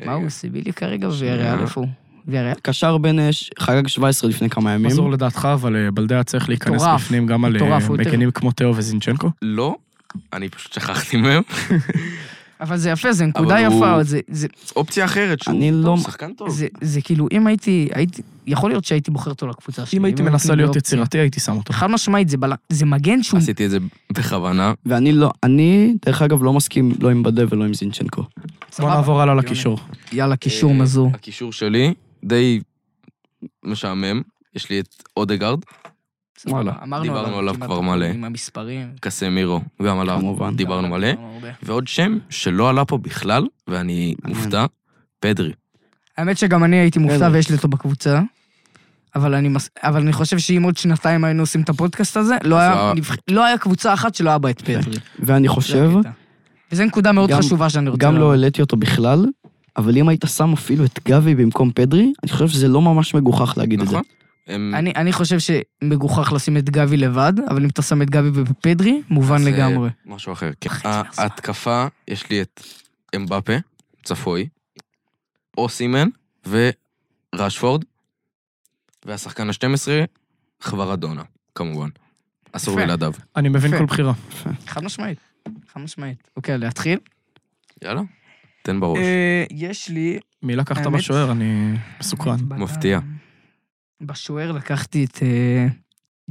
מה
אה,
הוא? סיביליה כרגע ויאריאל
כן, שנייה.
איפה הוא? ויאריאל?
קשר בן אש, חגג 17 לפני כמה ימים.
מזור לדעתך, אבל אה, בלדה היה צריך להיכנס
מטורף,
בפנים גם על אה,
מטורף, הוא יותר-
מגנים כמו תאו וזינצ'נקו.
לא, אני פשוט שכחתי מהם.
אבל זה יפה, זה נקודה
אבל הוא-
יפה, אבל זה- זה-
אופציה אחרת שהוא
אני לא...
הוא שחקן טוב.
זה- זה כאילו, אם הייתי, הייתי- יכול להיות שהייתי בוחר אותו לקבוצה שלי.
אם הייתי
היו
מנסה
נותנים לי
להיות
אופציה.
יצירתי, הייתי שם אותו.
לא- חד משמעית, זה בל- זה מגן שהוא...
עשיתי את זה בכוונה.
ואני לא... אני, דרך אגב, לא מסכים לא עם בדה ולא עם זינצ'נקו.
בוא
סבבה.
נעבור הלאה לקישור.
יאללה, קישור
אה,
מזור.
הקישור שלי די משעמם. יש לי את אודגרד,
סבבה,
וואלה,
אמרנו
דיברנו
עליו
עליו
כמעט
כבר מלא.
עם המספרים.
קסמירו, גם עליו
כמובן.
דיברנו מלא.
אה, דיברנו הרבה.
ועוד שם שלא עלה פה בכלל, ואני
מעניין.
מופתע, פדרי.
האמת שגם אני הייתי מופתע
בסדר.
ויש לי אותו בקבוצה. אבל אני, מס... אבל אני חושב שאם עוד שנתיים היינו עושים את הפודקאסט הזה, לא היה,
ה-
נבח... לא היה קבוצה אחת שלא היה בה את פדרי.
ואני
זה
חושב,
הקטע. וזו נקודה מאוד
גם-
חשובה שאני רוצה...
גם לא
להעלות.
העליתי אותו בכלל, אבל אם היית שם אפילו את גבי במקום פדרי, אני חושב שזה לא ממש מגוחך להגיד את זה.
נכון? הם-
אני, אני חושב שמגוחך לשים את גבי לבד, אבל אם אתה שם את גבי ופדרי, מובן
זה-
לגמרי.
משהו אחר, כן.
חצי מהזמן.
ההתקפה, יש לי את אמבפה, צפוי, או סימן, וראשפורד, והשחקן ה-12, חברדונה, כמובן. אסור
יפה.
בלעדיו.
אני מבין
יפה.
כל בחירה.
חד משמעית. חד משמעית. אוקיי, להתחיל?
יאללה, תן בראש.
אה, יש לי...
מי לקחת
האמת- אה,
בשוער? אני מסוקרן.
מפתיע.
בשוער לקחתי את אה,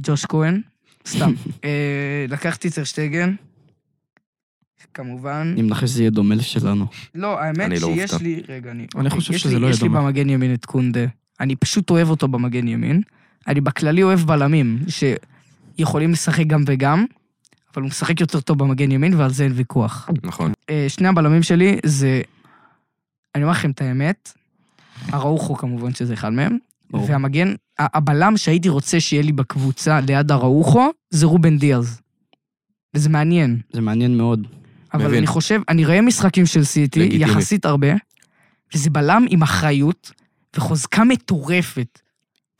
ג'וש כהן, סתם. אה, לקחתי את ארשטגן, כמובן.
אני מנחש שזה יהיה דומה לשלנו.
לא, האמת
אני לא
שיש
מופתע.
לי... רגע, אני...
אני חושב
יש
שזה
לי-
לא יהיה
יש לי
דומה.
במגן ימין את קונדה. אני פשוט אוהב אותו במגן ימין. אני בכללי אוהב בלמים, שיכולים לשחק גם וגם, אבל הוא משחק יותר טוב במגן ימין, ועל זה אין ויכוח.
נכון.
אה, שני הבלמים שלי זה... אני אומר לכם את האמת, אראוחו כמובן שזה אחד מהם,
ברור.
והמגן, ה- הבלם שהייתי רוצה שיהיה לי בקבוצה ליד אראוחו, זה רובן דיאז. וזה מעניין.
זה מעניין מאוד.
אבל
מבין.
אני חושב, אני רואה משחקים של סיטי,
לגיטימי.
יחסית הרבה, וזה בלם עם אחריות וחוזקה מטורפת.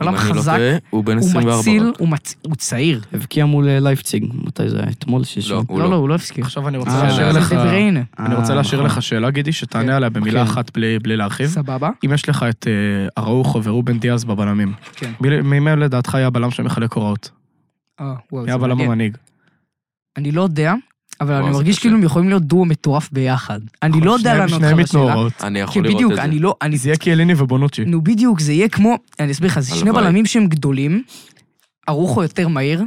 בלם
אם אני לא
חזק,
טועה, הוא בן
הוא
24.
מציל,
רק.
הוא מצ- הוא צעיר.
הבקיע מול אה, לייפציג, מתי זה היה? אתמול שיש...
לא, הוא
לא, לא,
לא.
הוא לא הפסיק.
עכשיו אני רוצה
אה,
להשאיר
זה
לך...
דה בריינה.
לא, אני רוצה להשאיר
נכון.
לך שאלה, גידי,
אה, כן.
שתענה עליה במילה
כן.
אחת בלי בלי להרחיב.
סבבה.
אם יש לך את אה, אראוחו ורובן דיאז בבלמים,
כן.
מי- מי מהם לדעתך היה הבלם שמחלק הוראות?
אה, וואו,
מי
זה
הבלם
מעניין.
המנהיג?
אני לא יודע, אבל
וואו,
אני
זה
מרגיש
קשה.
כאילו הם יכולים להיות דואו מטורף ביחד. אני לא יודע
נכון,
לענות לך
שניהם- שניהם
על
ייתנו
השאלה.
הוראות.
אני
כי
יכול לראות
בדיוק,
את זה.
אני לא... אני-
זה יהיה קיאליני ובונוצ'י.
נו, בדיוק, זה יהיה כמו... אני אסביר לך, זה שני
הלוואי.
בלמים שהם גדולים, ארוחו יותר מהיר,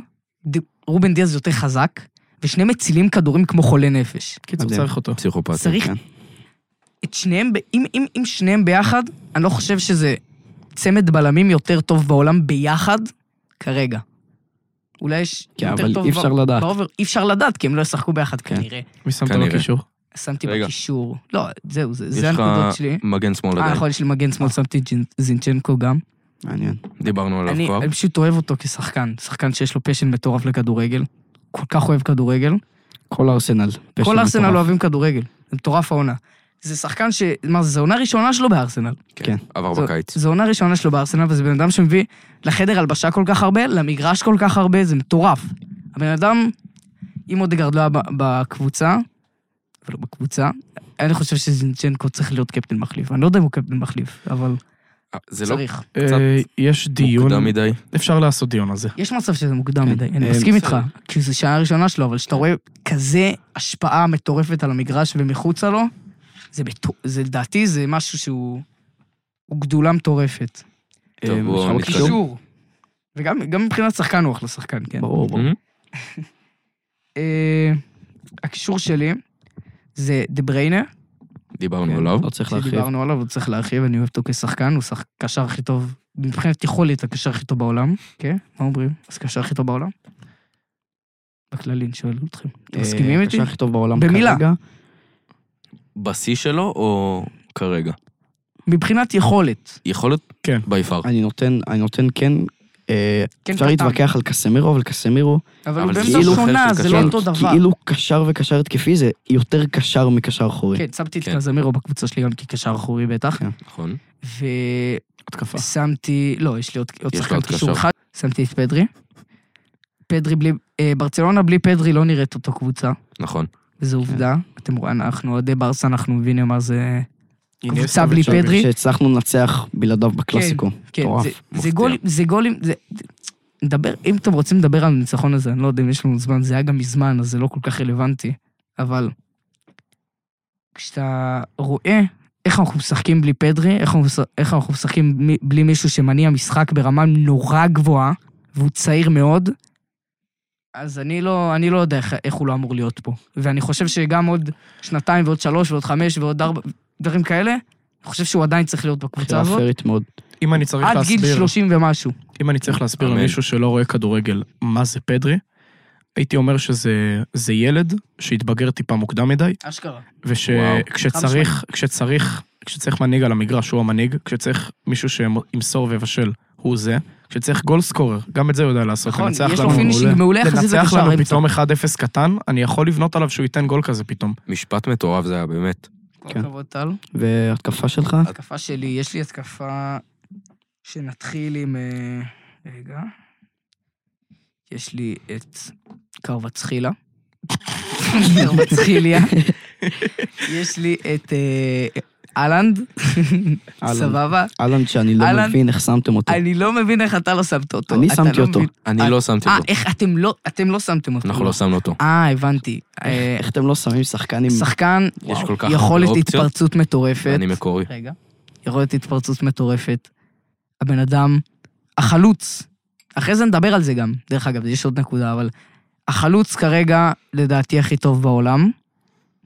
ד- רובן דיאז יותר חזק, ושני מצילים כדורים כמו חולי נפש.
קיצור,
מדהים.
צריך אותו.
פסיכופת.
צריך
כן.
את שניהם, ב- אם, אם, אם שניהם ביחד, אני לא חושב שזה צמד בלמים יותר טוב בעולם ביחד, כרגע. אולי יש
כן,
יותר
אבל
טוב
אי אפשר
בא-
לדעת.
באובר, אי אפשר לדעת, כי הם לא ישחקו ביחד כנראה.
מי שמת לו
כנראה.
קישור?
שמתי
רגע.
בקישור. לא, זהו, זה,
יש
זה
לך
הנקודות שלי.
מגן שמאל
אה,
עדיין.
נכון, יש לי מגן שמאל, שמתי ג'ין- זינצ'נקו גם.
מעניין.
דיברנו עליו
אני,
לא, כבר.
אני פשוט אוהב אותו כשחקן, שחקן שיש לו פשן מטורף לכדורגל. כל כך אוהב כדורגל.
כל ארסנל. פשע
כל ארסנל
מטורף.
אוהבים כדורגל. זה מטורף העונה. זה שחקן ש... מה זה, זו עונה ראשונה שלו בארסנל.
כן.
כן.
עבר
זו-
בקיץ.
זו עונה ראשונה שלו בארסנל, וזה בן אדם שמביא לחדר הלבשה כל כך הרבה, למגרש כל כך הרבה, זה מטורף. הבן אדם, אם אודגרד לא היה ב- בקבוצה, ולא בקבוצה, אני חושב שזינצ'נקו צריך להיות קפטן מחליף. אני לא יודע אם הוא קפטן מחליף, אבל
אה, זה לא
צריך.
קצת
אה, יש דיון,
מוקדם מדי.
אפשר לעשות דיון על זה.
יש מצב שזה מוקדם
כן.
מדי, אני
אה,
מסכים איתך,
בסדר.
כי זו שעה ראשונה שלו, אבל כשאתה רואה כזה השפעה מטורפת על המגרש ומחוצה לו, זה בטו- זה לדעתי זה משהו שהוא הוא גדולה מטורפת.
טוב,
אה,
בואו
יש לך
נתקדם.
בקישור?
קישור. וגם גם מבחינת שחקן הוא אחלה שחקן, כן.
ברור, ברור.
אה, הקישור שלי זה דה בריינה,
דיברנו
כן,
עליו.
לא צריך להרחיב.
שדיברנו עליו, הוא צריך להרחיב, אני אוהב אותו כשחקן, הוא שחק- קשר הכי טוב, מבחינת יכולת, הקשר הכי טוב בעולם, כן? מה אומרים? אז קשר הכי טוב בעולם? בכללי, אני שואל אתכם. אתם
אה,
מסכימים איתי?
הקשר הכי טוב בעולם
במילה.
כרגע.
בשיא שלו או כרגע?
מבחינת יכולת.
יכולת?
כן.
בי פאר.
אני נותן, אני נותן כן, אה,
כן,
אפשר
קטן.
להתווכח על קסמירו, אבל קסמירו,
אבל הוא
אבל זה
באמצע
כאילו
שכונה,
חלק של
זה לא
קשר.
אותו דבר.
כאילו קשר וקשר התקפי זה יותר קשר מקשר אחורי.
כן, שמתי את
כן.
קזמירו בקבוצה שלי גם כקשר אחורי בטח,
כן.
נכון.
התקפה.
ושמתי, לא, יש לי עוד עוד
יש לו
שחקן
עוד
קישור
קשר.
אחד, שמתי את פדרי. פדרי בלי, אה, ברצלונה בלי פדרי לא נראית אותו קבוצה,
נכון.
וזו עובדה. אתם רואים, אנחנו אוהדי ברסה, אנחנו מבינים מה זה... קבוצה בלי
וצ'אבי.
פדרי.
שהצלחנו לנצח בלעדיו בקלאסיקו.
כן,
מטורף.
זה- זה
מפתיע.
גולים, זה גולים, זה... נדבר, אם אתם רוצים לדבר על הניצחון הזה, אני לא יודע אם יש לנו זמן, זה היה גם מזמן, אז זה לא כל כך רלוונטי, אבל כשאתה רואה איך אנחנו משחקים בלי פדרי, איך אנחנו, מש- איך אנחנו משחקים בלי- בלי מישהו שמניע משחק ברמה נורא גבוהה, והוא צעיר מאוד, אז אני לא, אני לא יודע איך, איך הוא לא אמור להיות פה. ואני חושב שגם עוד שנתיים ועוד שלוש ועוד חמש ועוד ארבע, דברים כאלה, אני חושב שהוא עדיין צריך להיות בקבוצה
בחירה
הזאת.
פיירית מאוד.
אם אני צריך
עד גיל
להסביר,
30 ומשהו.
אם אני צריך להסביר
אמן.
למישהו שלא רואה כדורגל מה זה פדרי, הייתי אומר שזה זה ילד שהתבגר טיפה מוקדם מדי,
אשכרה.
וואו.
וכשצריך, כשצריך, כשצריך מנהיג על המגרש, הוא המנהיג, כשצריך מישהו שימסור ויבשל, הוא זה, כשצריך גול סקורר, גם את זה הוא יודע לעשות,
נכון,
לנצח
יש לו
לנו,
פינישינג מעולה יחסית
לנצח
לקשר
לנו
האמצע.
פתאום 1-0 קטן, אני יכול לבנות עליו שהוא ייתן גול כזה פתאום.
משפט מטורף זה היה באמת.
כל
כן.
הכבוד, טל.
והתקפה שלך?
התקפה שלי, יש לי התקפה שנתחיל עם... אה, רגע. יש לי את קרבצחילה. קרבצחיליה. יש לי את אה, אהלנד,
אהלן.
סבבה?
אהלן, שאני לא
אהלן.
מבין איך שמתם אותו.
אני לא מבין איך אתה לא שמת אותו.
אני
אתה
שמתי
לא
אותו.
מבין-
אני
אה,
לא שמתי
אה,
אותו.
איך אתם לא, אתם לא שמתם אותו.
אנחנו לא שמנו אותו.
אה, הבנתי. אה,
איך אתם לא שמים שחקן עם...
שחקן,
יש כל כך הרבה
יכולת
אופציות.
התפרצות מטורפת.
אני מקורי.
רגע. יכולת התפרצות מטורפת. הבן אדם, החלוץ, אחרי זה נדבר על זה גם, דרך אגב, יש עוד נקודה, אבל החלוץ כרגע, לדעתי, הכי טוב בעולם.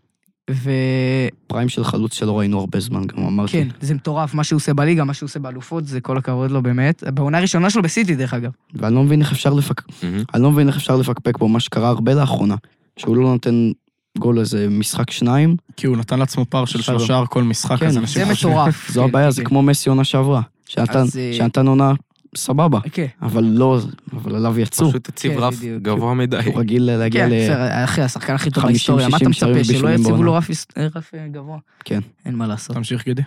אוקיי.
וכן,
פריים של חלוץ שלא ראינו הרבה זמן, גם אמרתי.
זה מטורף, מה שהוא עושה בליגה, מה שהוא עושה באלופות, זה כל הכבוד לו באמת. בעונה הראשונה שלו בסיטי, דרך אגב.
ואני לא מבין איך אפשר לפק...
אה,
מהמם.
אני לא מבין איך אפשר לפקפק בו, מה שקרה הרבה לאחרונה, שהוא לא נותן גול איזה משחק שניים,
כי הוא נתן לעצמו פער של
שלום.
שלושה כל משחק,
כן,
אז
אבל
אנשים
זה
חושבים...
מטורף.
זו
כן,
הבעיה,
כן,
זה
כן.
כמו מסי עונה שעברה, שנתן-
אז, אה,
שנתן עונה סבבה,
כן,
אבל לא, אבל עליו יצאו,
פשוט הציב
כן,
רף
בדיוק.
גבוה מדי.
הוא רגיל להגיע
כן,
ל...
בסדר, אחי, השחקן הכי טוב
50,
בהיסטוריה, מה אתה
60 שערים
מצפה, שלא
ובישולים
יציבו לו
בעונה.
רף היס- רף אה, גבוה?
כן.
אין מה לעשות.
תמשיך, גידי.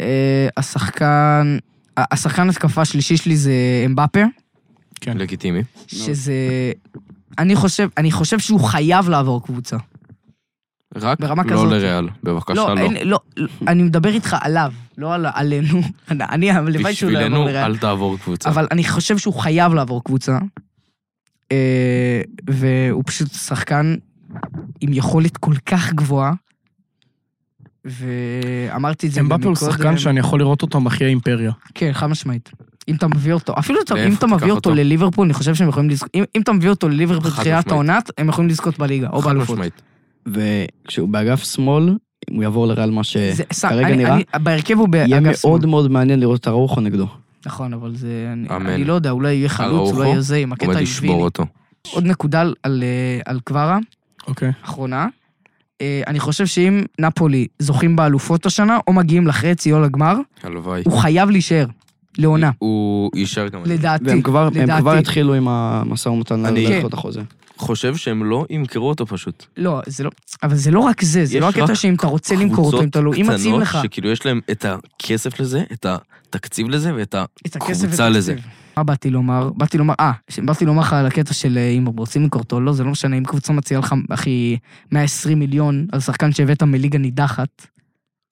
אה, השחקן, השחקן התקפה השלישי שלי זה אמבפה,
כן.
לגיטימי.
שזה... אני חושב, אני חושב שהוא חייב לעבור קבוצה.
רק
ברמה
לא
כזאת.
לריאל, בבקשה לא.
אין, לא, לא, אני מדבר איתך עליו, לא על, עלינו. אני, הלוואי שהוא לא יעבור
בשבילנו
לריאל.
אל תעבור קבוצה.
אבל אני חושב שהוא חייב לעבור קבוצה. אה, והוא פשוט שחקן עם יכולת כל כך גבוהה. ואמרתי את זה
אמבפה הוא שחקן שאני יכול לראות אותו מחיה אימפריה.
כן, חד משמעית. אם אתה מביא אותו, אפילו אתה- אם
לאיפה
אתה
תיקח
מביא אותו
אותו?
לליברפול, אני חושב שהם יכולים לזכות, אם אם אתה מביא אותו לליברפול
חד
בתחילת
משמעית.
העונת, הם יכולים לזכות בליגה, או
חד
באלופות.
משמעית.
וכשהוא באגף שמאל, הוא יעבור לריאל מה
זה-
שכרגע
סע, אני-
נראה,
אני- בהרכב הוא
יהיה
באגף שמאל.
מאוד מאוד מעניין לראות את אראוחו נגדו.
נכון, אבל זה... אני-
אמן.
אני לא יודע, אולי יהיה חלוץ,
אראוחו
אולי יהיה זה, עם הקטע
עומד
עם ויני.
לשבור אותו.
עוד נקודה על- על, אה, על קווארה,
אוקיי.
אחרונה. אה, אני חושב שאם נפולי זוכים באלופות השנה, או מגיעים לחצי או לגמר,
הלוואי.
הוא חייב להישאר, לעונה,
הוא יישאר גם. אני
לדעתי.
והם כבר הם כבר
לדעתי.
התחילו עם המשא ומתן
אני-
להארכות החוזה.
חושב שהם לא ימכרו אותו פשוט.
לא, זה לא... אבל זה לא רק זה, זה
יש
לא
רק
הקטע שאם אתה רוצה למכור אותו, אם
קבוצות
אתה לא... אם מציעים
קטנות
לך...
שכאילו יש להם את הכסף לזה, את התקציב לזה ואת ה...
את הכסף
קבוצה
ואת
לזה.
התקציב. מה באתי לומר? באתי לומר, אה, ש- באתי לומר לך על הקטע של אה, אם רוצים למכור אותו או לא, זה לא משנה, אם קבוצה מציעה לך, אחי, 120 מיליון על שחקן שהבאת מליגה נידחת,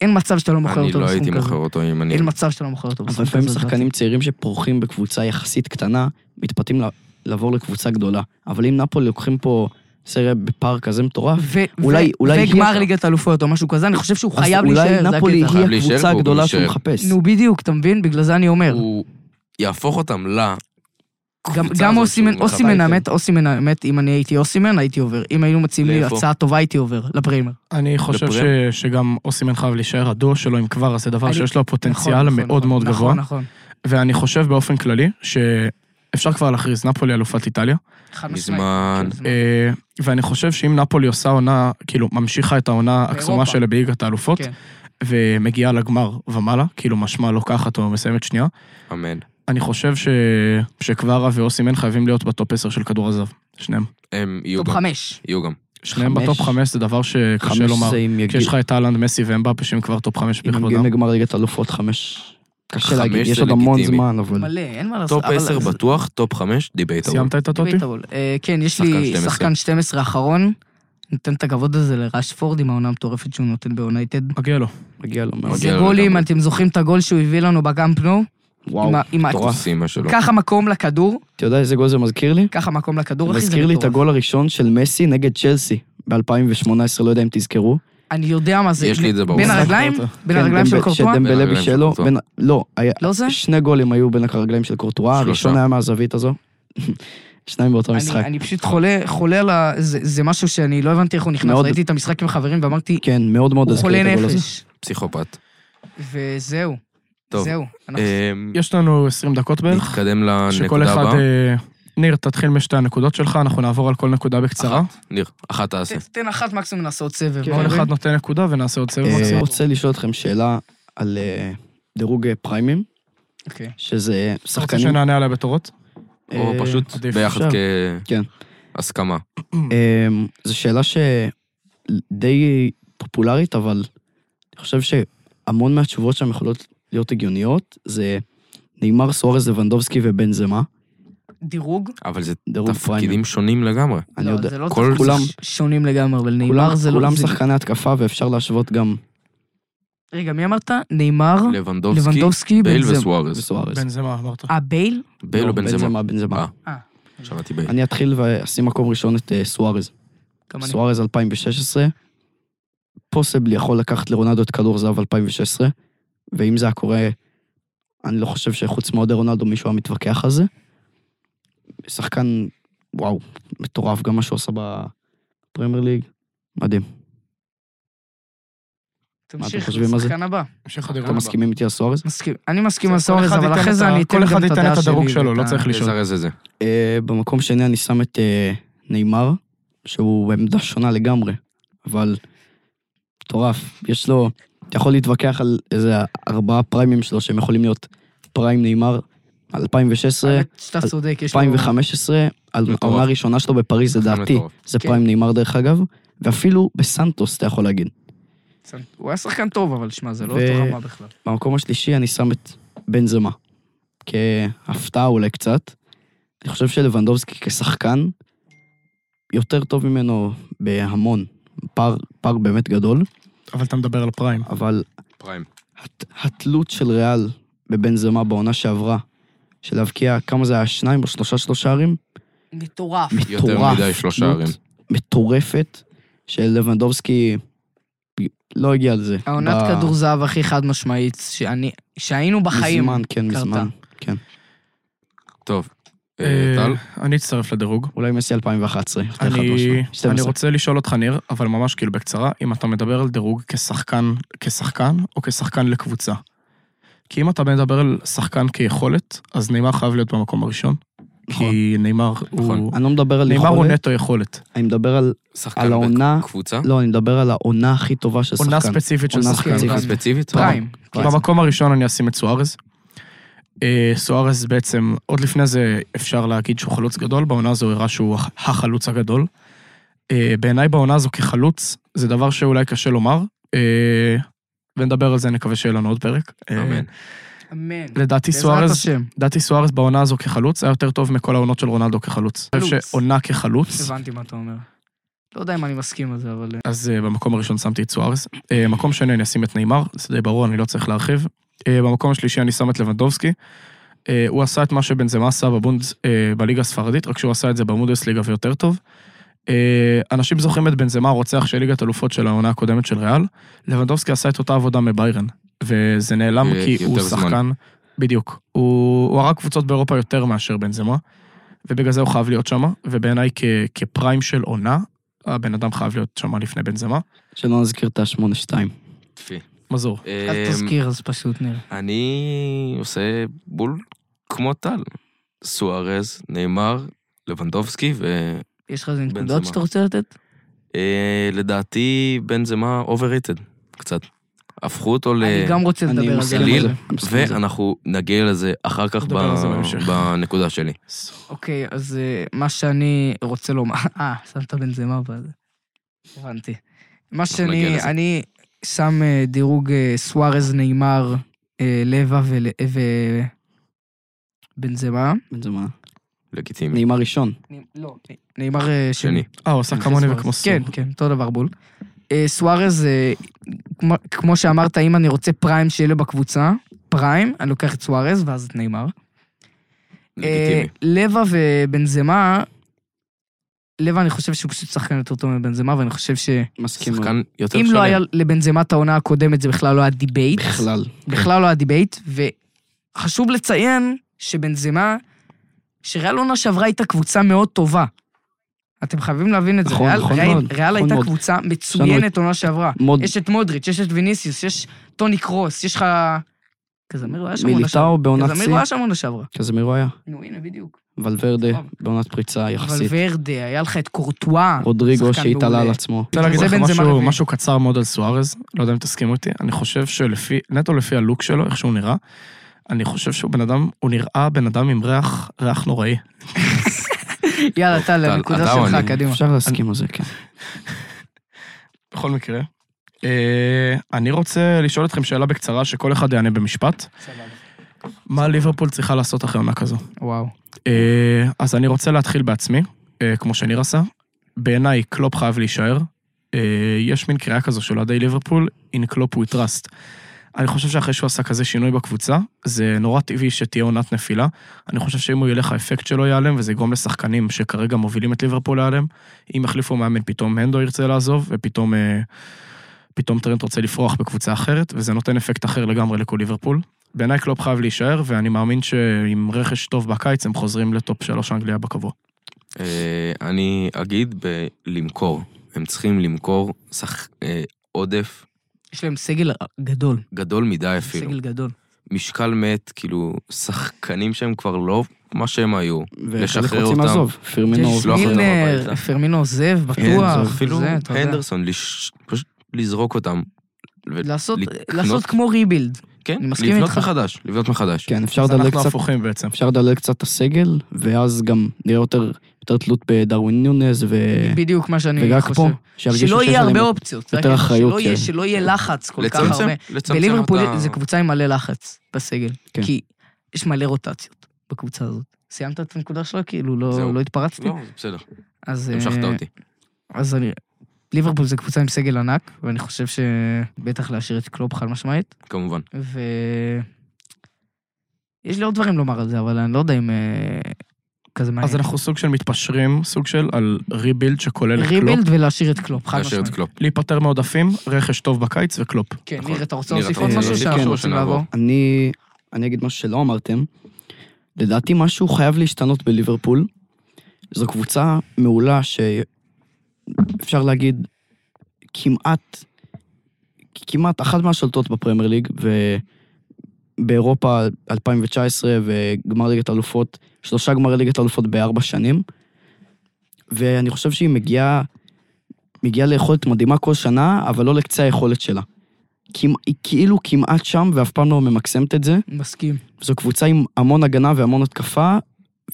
אין מצב שאתה לא מוכר
אני
אותו
לא הייתי
בסכום
מוכר
כזה.
אותו אם אני...
אין מצב שאתה לא מוכר אותו
אבל
בסכום כזה.
לפעמים
לדעתי.
שחקנים צעירים שפורחים בקבוצה יחסית קטנה, מתפתים ל- לעבור לקבוצה גדולה. אבל אם נפולי לוקחים פה סריה בפער כזה מטורף,
ו-
אולי-
ו-
אולי
וגמר
היא-
ליגת אלופות או משהו כזה, אני חושב שהוא
אז
חייב להישאר, זה
אולי
הקטע.
נפולי
חייב
היא
להישאר
הקבוצה
והוא
הגדולה שהוא
יישאר.
מחפש.
נו, בדיוק, אתה מבין? בגלל זה אני אומר.
הוא יהפוך אותם ל...
גם-
הקבוצה
גם
הזאת
אוסימן,
שהוא
אוסימן
מכבה
האמת, אוסימן האמת, אם אני הייתי אוסימן, הייתי עובר. אם היינו מציעים לי
לאיפה?
הצעה טובה, הייתי עובר, לפריימר.
אני חושב ש,
לפרם?
שגם אוסימן חייב להישאר הדו שלו עם כבר, אז זה דבר
אני-
שיש לו פוטנציאל
נכון, נכון,
מאוד
נכון.
מאוד גבוה.
נכון, נכון.
ואני חושב באופן כללי שאפשר כבר להכריז נפולי אלופת איטליה.
חד משמעית.
מזמן.
כן,
אה, ואני חושב שאם נפולי עושה עונה, כאילו ממשיכה את העונה הקסומה
באירופה.
שלה בליגת האלופות,
כן.
ומגיעה לגמר ומעלה, כאילו משמע לוקחת או מסיימת שנייה,
אמן.
אני חושב ש... שקווארה ואוסימן חייבים להיות בטופ 10 של כדור הזהב. שניהם.
הם יהיו
טופ
גם.
חמש.
יהיו גם.
שניהם
חמש.
בטופ 5 זה דבר
חמש
שקשה לומר.
זה אם יגיע-
כשיש לך את אהלנד, מסי ואמבפה שהם כבר טופ 5
אם הם
בכבודם.
מגיעים לגמר ליגת אלופות חמש. קשה
חמש
להגיד,
זה
יש עוד המון
לגיטימי.
זמן, אבל...
מלא, אין מה לעשות.
טופ
אבל
10
זה-
בטוח, טופ 5 דיבייט.
סיימת את הטוטי?
debatable. אה, כן, יש
שחקן
לי
12.
שחקן 12 האחרון. ניתן את הכבוד הזה לראשפורד עם העונה המטורפת שהוא נותן ביונייטד.
מגיע לו.
מגיע לו מאוד.
מגיע
זה
לו
גולים,
לגמרי.
אתם זוכרים את הגול שהוא הביא לנו בגאמפנו?
וואו, מטורף.
פרוסימה שלו.
ככה מקום לכדור,
אתה יודע איזה גול זה מזכיר לי?
ככה מקום לכדור,
זה
אחי, זה
מזכיר לי את
מטורף.
הגול הראשון של מסי נגד צ'לסי ב-2018, לא יודע אם תזכרו.
אני יודע מה זה.
יש לי את זה בראש.
בין הרגליים? בין
כן,
הרגליים של
דמב-
קורטואה?
בין
שדמבלה
הרגליים של
בישלו,
קורטואה.
בין- לא, היה-
לא זה?
שני גולים היו בין הרגליים של קורטואה, הראשון
שלושה.
היה מהזווית הזו. שניים באותו
אני-
משחק.
אני פשוט חולה, חולה על ה... זה זה משהו שאני לא הבנתי איך הוא נכנס.
מאוד.
ראיתי את המשחק עם חברים ואמרתי,
כן, מאוד מאוד
הוא
הזכיר
חולה
את הגול הזה.
נפש.
פסיכופת.
וזהו.
טוב.
זהו. אנחנו-
אמ,
יש לנו 20 דקות בערך.
נתקדם
שכל
לנקודה
אחד...
הבאה.
אה, ניר, תתחיל משתי הנקודות שלך, אנחנו נעבור על כל נקודה בקצרה.
אחת, ניר, אחת תעשה.
ת- תן אחת מקסימום נעשה עוד סבב.
כן.
מה
כל
אומרים?
אחד נותן נקודה ונעשה עוד סבב
אה,
מקסימום.
רוצה לשאול אתכם שאלה על אה, דירוג אה, פריימים,
אוקיי.
שזה
אתה רוצה
שחקנים...
שנענה עליה בתורות?
לא,
או
אה,
פשוט
עדיף.
ביחד
אפשר. כן.
כהסכמה.
אמ, זו שאלה שדי פופולרית, אבל אני חושב שהמון מהתשובות שם יכולות להיות הגיוניות. זה נגמר סוארז לבנדובסקי ובן זמה,
דירוג?
אבל זה
דירוג פריימים.
תפקידים שונים לגמרי.
אני
לא,
יודע.
זה לא
כל-
תפקיד
כולם-
ש- שונים לגמרי, אבל נאמר
כולם-
זה לא...
כולם
זה-
שחקני התקפה ואפשר להשוות גם
רגע, מי אמרת? נאמר,
לבנדובסקי,
אה, לבנדובסקי,
בייל
בנזמה.
וסוארז.
בסוארז.
בן זה מה אמרת.
אה, בייל?
בייל או בן זמה?
לא, בן זמה.
אה. שמעתי בייל.
אני אתחיל ואשים מקום ראשון את אה, סוארז.
גם אני.
סוארז 2016. פוסבל יכול לקחת לרונלדו את כדור זהב 2016, ואם זה היה קורה, אני לא חושב שחוץ מעוד רונלדו מישהו היה מתווכח על זה. שחקן, וואו, מטורף גם מה שהוא עשה בפרמייר ליג. מדהים.
תמשיך,
חושבים על זה?
שחקן הבא.
המשך הדירוג.
אתם מסכימים איתי על סוארז?
מסכים. אני מסכים
בסדר,
על
כל
סוארז,
אחד
אבל
ייתן
אחרי
את
זה
ה-
אני אתן
כל
גם
אחד
את
ייתן
הדעה
את
שלי.
הדירוג שלו,
ואת
לא
ה-
צריך לשאול.
לזרז את זה.
אה, במקום שני אני שם את אה, נאמר, שהוא בעמדה שונה לגמרי, אבל מטורף. יש לו, אתה יכול להתווכח על איזה ארבעה פריימים שלו שהם יכולים להיות פריים נאמר, 2016,
האמת שאתה צודק, יש לו...
2015, על
מטורף.
העונה הראשונה שלו בפריז לדעתי,
מטורף.
זה
כן.
פריים נאמר דרך אגב, ואפילו בסנטוס אתה יכול להגיד.
הוא היה שחקן טוב, אבל שמע, זה לא
ו-
אותו רמה בכלל.
במקום השלישי אני שם את בן זמה, כהפתעה אולי קצת. אני חושב שלבנדובסקי כשחקן יותר טוב ממנו בהמון, פער, פער באמת גדול,
אבל אתה מדבר על פריים.
אבל
פריים.
הת, התלות של ריאל בבן זמה בעונה שעברה, של להבקיע, כמה זה היה, שניים או שלושה שלושה שערים?
מטורף.
יותר
מטורף.
מדי שלושה
תלות
שערים.
מטורפת, שלבנדובסקי לא הגיע לזה.
העונת
ב-
כדור זהב הכי חד משמעית שאני- שהיינו בחיים.
מזמן, כן,
קרתה.
מזמן.
טוב. אה, טל?
אה, אני אצטרף לדירוג.
אולי מסי 2011. יותר חד
אני,
משמעי.
אני
12.
רוצה לשאול אותך, ניר, אבל ממש כאילו בקצרה, אם אתה מדבר על דירוג כשחקן, כשחקן או כשחקן לקבוצה. כי אם אתה מדבר על שחקן כיכולת, אז נאמר חייב להיות במקום הראשון.
נכון.
כי נאמר
נכון.
הוא...
אני לא מדבר על
נאמר הוא
יכולת,
נטו יכולת.
אני מדבר על...
שחקן
על העונה-
בקבוצה?
לא, אני מדבר על העונה הכי טובה של שחקן.
עונה ספציפית לא של
עונה
שחקן.
ספציפית.
ספציפית?
פריים.
במקום הראשון אני אשים את סוארז. אה, סוארז בעצם, עוד לפני זה אפשר להגיד שהוא חלוץ גדול, בעונה הזו הראה שהוא הח- החלוץ הגדול. אה, בעיניי בעונה הזו כחלוץ, זה דבר שאולי קשה לומר, אה, ונדבר על זה, נקווה שיהיה לנו עוד פרק. אה,
אמן.
אמן.
לדעתי
בעזרת
סוארז,
השם.
לדעתי סוארז בעונה הזו כחלוץ היה יותר טוב מכל העונות של רונלדו כחלוץ. אני חושב
חלוץ.
שעונה כחלוץ,
הבנתי מה אתה אומר. לא יודע אם אני מסכים על זה, אבל... אה,
אז אה, במקום הראשון שמתי את סוארז. אה, מקום שני אני אשים את נאמר, זה די ברור, אני לא צריך להרחיב. אה, במקום השלישי אני שם את לבנדובסקי. אה, הוא עשה את מה שבנזמה עשה בבונדס, אה, בליגה הספרדית, רק שהוא עשה את זה במודסליגה ויותר טוב. אה, אנשים זוכרים את בנזמה, הרוצח של ליגת אלופות של העונה הקודמת של ריאל. לבנדובסקי עשה את אותה עבודה מביירן, וזה נעלם
אה,
כי הוא
יותר זמן.
שחקן... בדיוק. הוא הוא הרג קבוצות באירופה יותר מאשר בנזמה, ובגלל זה הוא חייב להיות שם, ובעיניי כ- כפריים של עונה, הבן אדם חייב להיות שם לפני בנזמה.
שלא נזכיר את ה-8-2.
יפי.
מזור.
אה, אל
אמ,
תזכיר, אז פשוט נראה.
אני עושה בול כמו טל. סוארז, נאמר, לבנדובסקי,
יש לך איזה
בן
נקודות
זמה.
שאתה רוצה לתת?
ולדעתי אה, בן זמה overrated קצת. הפכו אותו ל...
אני גם רוצה
אני
לדבר על זה.
מסכים על
גליל,
זה. אני מסכים על זה.
ואנחנו נגיע לזה אחר כך
נדבר על זה
ב-
בהמשך.
בנקודה שלי.
אוקיי, אז אה, מה שאני רוצה לומר... אה, שמת בן זמה בזה. הבנתי. מה
אנחנו נגיע
שאני...
לזה.
אני שם אה, דירוג אה, סוארז, נאמר, אה, לבה ול- ו- בן זמה.
בן זמה.
לגיטימי.
נעימה ראשון.
לא. נאמר אה, שני.
שני.
אה, הוא עשה
כן,
כמוני
סוארז.
וכמו סור.
כן, כן, אותו דבר בול. אה, סוארז, אה, כמו- כמו שאמרת, אם אני רוצה פריים שיהיה לו בקבוצה, פריים, אני לוקח את סוארז ואז את נאמר. אה,
לגיטימי.
לבה ובנזמה, לבה אני חושב שהוא פשוט שחקן יותר טוב מבנזמה, ואני חושב שאם
מסכים. מאוד.
שחקן יותר
לא
שלם.
היה לבנזמה את העונה הקודמת זה בכלל לא היה דיבייט.
בכלל.
בכלל לא היה דיבייט, וחשוב לציין שבנזמה, שריאל עונה שעברה הייתה קבוצה מאוד טובה. אתם חייבים להבין את זה.
נכון,
ריאל,
נכון
ריאל,
מאוד,
ריאל
נכון
הייתה
מאוד.
קבוצה
לנו
מצוינת עונה שעברה.
מוד...
יש את מודריץ', יש את ויניסיוס, יש טוני קרוס, יש לך קזמירו היה שם עונה שעברה.
מיליטאו בעונת שיא.
קזמירו היה שם עונה שעברה.
קזמירו היה.
נו, הנה, בדיוק.
ולוורדה
נכון.
בעונת פריצה יחסית.
אבל ורדה, היה לך את קורטואה.
רודריגו
שחקן
שהתעלה
מעולה.
על עצמו.
רוצה להגיד
זה
לך
בנזמה
משהו,
רביעי.
משהו קצר מאוד על סוארז, לא יודע אם תסכימו איתי, אני חושב שלפי, נטו לפי הלוק שלו, איך שהוא נראה, אני חושב שהוא בן אדם, הוא נראה בן אדם עם ריח, ריח נוראי.
יאללה, טל,
טל,
הנקודה
אתה או אני?
שלך, קדימה.
אפשר להסכים על זה, כן.
בכל מקרה. אה, אני רוצה לשאול אתכם שאלה בקצרה, שכל אחד יענה במשפט. מה ליברפול צריכה לעשות אחרי עונה כזו?
וואו.
אה, אז אני רוצה להתחיל בעצמי, אה, כמו שניר עשה. בעיניי קלופ חייב להישאר. אה, יש מין קריאה כזו של אוהדי ליברפול, in קלופ we trust. אני חושב שאחרי שהוא עשה כזה שינוי בקבוצה, זה נורא טבעי שתהיה עונת נפילה. אני חושב שאם הוא ילך, האפקט שלו ייעלם, וזה יגרום לשחקנים שכרגע מובילים את ליברפול להיעלם. אם יחליפו מאמן, פתאום הנדו ירצה לעזוב, ופתאום אה, פתאום טרנט רוצה לפרוח בקבוצה אחרת, וזה נותן אפקט אחר לגמרי לכל ליברפול. בעיניי קלופ חייב להישאר, ואני מאמין שעם רכש טוב בקיץ הם חוזרים לטופ שלוש אנגליה בקבוע.
אה, אני אגיד בלמכור. הם צריכים למכור שח... אה, עודף
יש להם סגל גדול.
גדול מדי אפילו.
סגל גדול.
משקל מת, כאילו, שחקנים שהם כבר לא מה שהם היו.
וחלק
לשחרר
רוצים
אותם.
לעזוב. פרמינו
ג'יימס
לשלוח אותם
מילנר,
הביתה.
פרמינו עוזב,
כן,
בטוח.
זה אפילו
זה, אתה יודע.
הנדרסון, לש... פשוט לזרוק אותם. ו...
לעשות-
לקנות-
לעשות כמו ריבילד.
כן,
אני מסכים
לבנות
איתך.
מחדש, לבנות מחדש.
כן, אפשר
אז
לדלג
אנחנו
קצת,
הפוכים בעצם.
אפשר לדלג קצת את הסגל, ואז גם נראה יותר יותר תלות בדרווין ניונז ו...
אה,
בדיוק מה שאני
וגג
חושב.
פה. שירגישו
שלא
שיש
יהיה
להם-
הרבה אופציות.
יותר
רק
אחריות,
שלא יהיה-
כן.
שלא יהיה לחץ כל כך
לצמצם,
הרבה.
לצמצם
בליברפול
אותה-
זו קבוצה עם מלא לחץ בסגל.
כן.
כי יש מלא רוטציות בקבוצה הזאת. סיימת את הנקודה שלו? כאילו,
זהו.
לא לא התפרצתי?
לא, זה בסדר,
אז...
המשכת
אה,
אותי.
אז אני... ליברפול זו קבוצה עם סגל ענק, ואני חושב שבטח להשאיר את קלופ חד משמעית.
כמובן.
ו... יש לי עוד דברים לומר על זה, אבל אני לא יודע אם אה, כזה מעניין.
אז אנחנו סוג של מתפשרים, סוג של על ריבילד שכולל את קלופ.
ריבילד ולהשאיר את קלופ, חד
להשאיר את
משמעית.
קלופ.
להיפטר מעודפים, רכש טוב בקיץ וקלופ.
כן,
נכון.
ניר, אתה רוצה
ניר,
להוסיף
אתה
עוד
רוצה
משהו
להוסיף?
שאנחנו
כן,
רוצים
שנעבור.
לעבור?
אני, אני אגיד משהו שלא אמרתם. לדעתי משהו חייב להשתנות בליברפול. זו קבוצה מעולה שאפשר להגיד כמעט, כמעט אחת מהשולטות בפרמייר ליג, ובאירופה 2019 וגמר ליגת אלופות, שלושה גמרי ליגת אלופות בארבע שנים. ואני חושב שהיא מגיעה, מגיעה ליכולת מדהימה כל שנה, אבל לא לקצה היכולת שלה. כמע- היא כאילו כמעט שם ואף פעם לא ממקסמת את זה.
מסכים.
זו קבוצה עם המון הגנה והמון התקפה,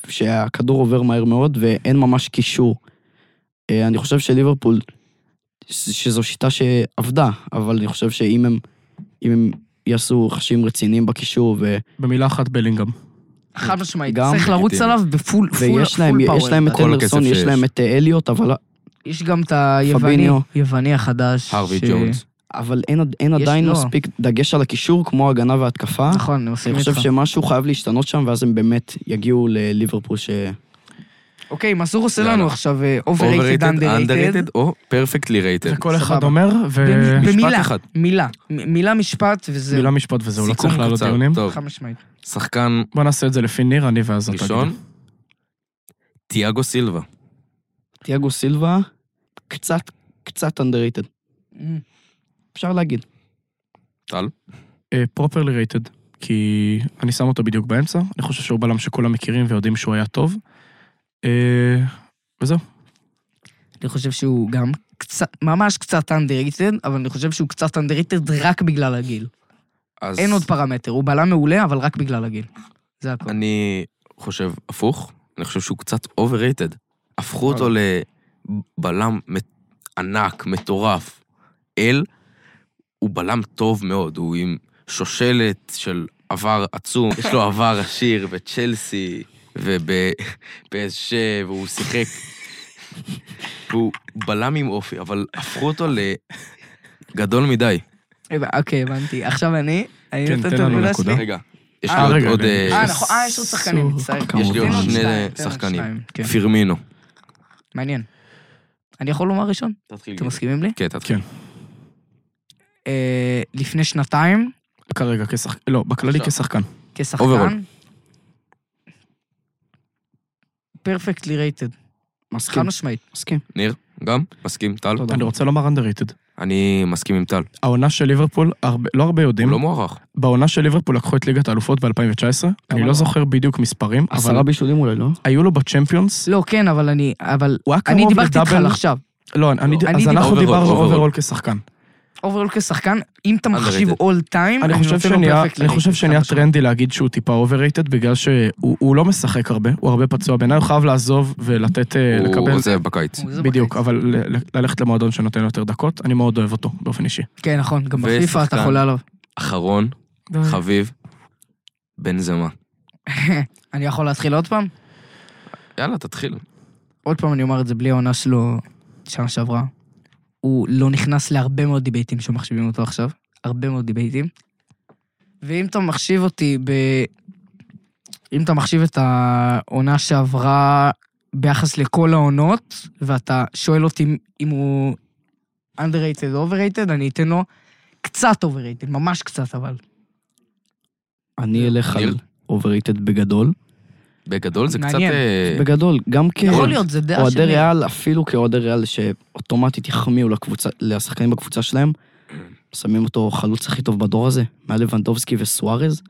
שהכדור עובר מהר מאוד ואין ממש קישור. אה, אני חושב שליברפול, ש- שזו שיטה שעבדה, אבל אני חושב שאם הם, אם הם יעשו חשים רציניים בקישור ו...
במילה אחת בלינגהם.
חד משמעית,
גם-
צריך לרוץ
לגיטימי.
עליו בפול פול
ויש להם,
פול
יש להם את
כל הכסף
אנדרסון, יש
שיש.
להם את אה, אליוט, אבל,
יש גם את היווני,
פביניו.
יווני החדש.
הרווי
ש-
ג'ונס.
אבל אין, עד- אין
יש
עדיין
לו.
מספיק דגש על הקישור כמו הגנה והתקפה.
נכון, אני מסכים
אני חושב
איתך.
שמשהו חייב להשתנות שם, ואז הם באמת יגיעו לליברפול ש...
אוקיי, מסור עושה
יאללה.
לנו עכשיו אה, אוברייטד,
אובררייטד,
אנדררייטד.
אנדררייטד או פרפקטלי רייטד.
זה כל אחד
סבבה.
אומר, ומילה
במילה,
אחד.
מילה, מ- מילה משפט וזהו,
משפט וזהו, לא צריך לעלות דיונים.
טוב,
חד משמעית.
שחקן
בוא נעשה את זה לפי ניר, אני ואז אתה.
ראשון,
תגיד.
תיאגו סילבה.
תיאגו סילבה, קצת, קצת underrated, אפשר להגיד.
טל.
פרופרלי רייטד, אה, כי אני שם אותו בדיוק באמצע, אני חושב שהוא בלם שכולם מכירים ויודעים שהוא היה טוב. אה, וזהו.
אני חושב שהוא גם קצת, ממש קצת אנדררייטד, אבל אני חושב שהוא קצת אנדררייטד רק בגלל הגיל.
אז
אין עוד פרמטר, הוא בלם מעולה, אבל רק בגלל הגיל. זה הכול.
אני חושב הפוך, אני חושב שהוא קצת אובררייטד. הפכו אותו לבלם מט- ענק, מטורף. אל, הוא בלם טוב מאוד, הוא עם שושלת של עבר עצום, יש לו עבר עשיר בצ'לסי ובפס7, והוא שיחק. והוא בלם עם אופי, אבל הפכו אותו לגדול מדי.
אה, אוקיי, הבנתי. עכשיו אני, אני
כן,
נותן
תן
את
לנו
הנקודה
נקודה.
שלי.
רגע, יש לי
אה,
עוד-
רגע,
עוד...
רגע.
אה,
אה, נכון, אה, יש עוד שחקנים, מצטער.
יש לי עוד
תן עוד
שני
שתיים, תן עוד
שחקנים.
שניים, כן.
פירמינו.
מעניין. אני יכול לומר ראשון?
תתחיל.
אתם מסכימים לי?
כן, תתחיל.
אה, לפני שנתיים,
כרגע כשחקן, לא, בכללי
עכשיו.
כשחקן.
Overall.
כשחקן, פרפקטלי רייטד, חד
מסכים,
משמעית.
מסכים.
ניר, גם? מסכים, טל?
תודה.
אני רוצה לומר underrated.
אני מסכים עם טל.
העונה של ליברפול, הרבה- לא הרבה יודעים,
הוא לא מוערך.
בעונה של ליברפול לקחו את ליגת האלופות ב-2019, אני
לא?
לא זוכר בדיוק מספרים, אבל
עשרה בישולים אולי, לא?
היו לו בצ'מפיונס,
לא, כן, אבל אני... אבל...
הוא היה
כן,
אני
אוקיי,
קרוב
דיברתי איתך על
לדאבל,
עכשיו.
לא, אני-
אני
אז
דיברתי-
אנחנו
Overall,
דיברנו
overall.
אוברול כשחקן.
אוברול כשחקן, אם אתה
Underrated.
מחשיב all time,
אני חושב
נותן לו
שנהיה-
perfect
אני חושב
rating, חד
שנהיה
משמעית.
טרנדי להגיד שהוא טיפה אובררייטד, בגלל שהוא הוא לא משחק הרבה, הוא הרבה פצוע בעיניי, הוא חייב לעזוב ולתת, אה,
הוא
לקבל...
עוזב בקיץ.
הוא זה
בדיוק,
בקיץ.
אבל ל- ל- ללכת למועדון שנותן לו יותר דקות, אני מאוד אוהב אותו, באופן אישי.
כן, נכון, גם
ושחקן.
בפיפ"א אתה חולה עליו.
אחרון, חביב, בן זמה.
אני יכול להתחיל עוד פעם?
יאללה, תתחיל.
עוד פעם אני אומר את זה בלי העונה שלו שנה שעברה. הוא לא נכנס להרבה מאוד דיבייטים שמחשיבים אותו עכשיו. הרבה מאוד דיבייטים. ואם אתה מחשיב אותי ב... אם אתה מחשיב את העונה שעברה ביחס לכל העונות, ואתה שואל אותי אם- אם הוא underrated או overrated, אני אתן לו קצת overrated, ממש קצת אבל.
אני אלך על
ניר?
אוברייטד בגדול.
בגדול זה קצת...
מעניין.
אה,
בגדול, גם כ...
יכול להיות, זה דעה
כן. אוהדי
שלי.
ריאל, אפילו כאוהדי ריאל שאוטומטית יחמיאו לקבוצה, לשחקנים בקבוצה שלהם, שמים אותו חלוץ הכי טוב בדור הזה, מעל לבנדובסקי וסוארז,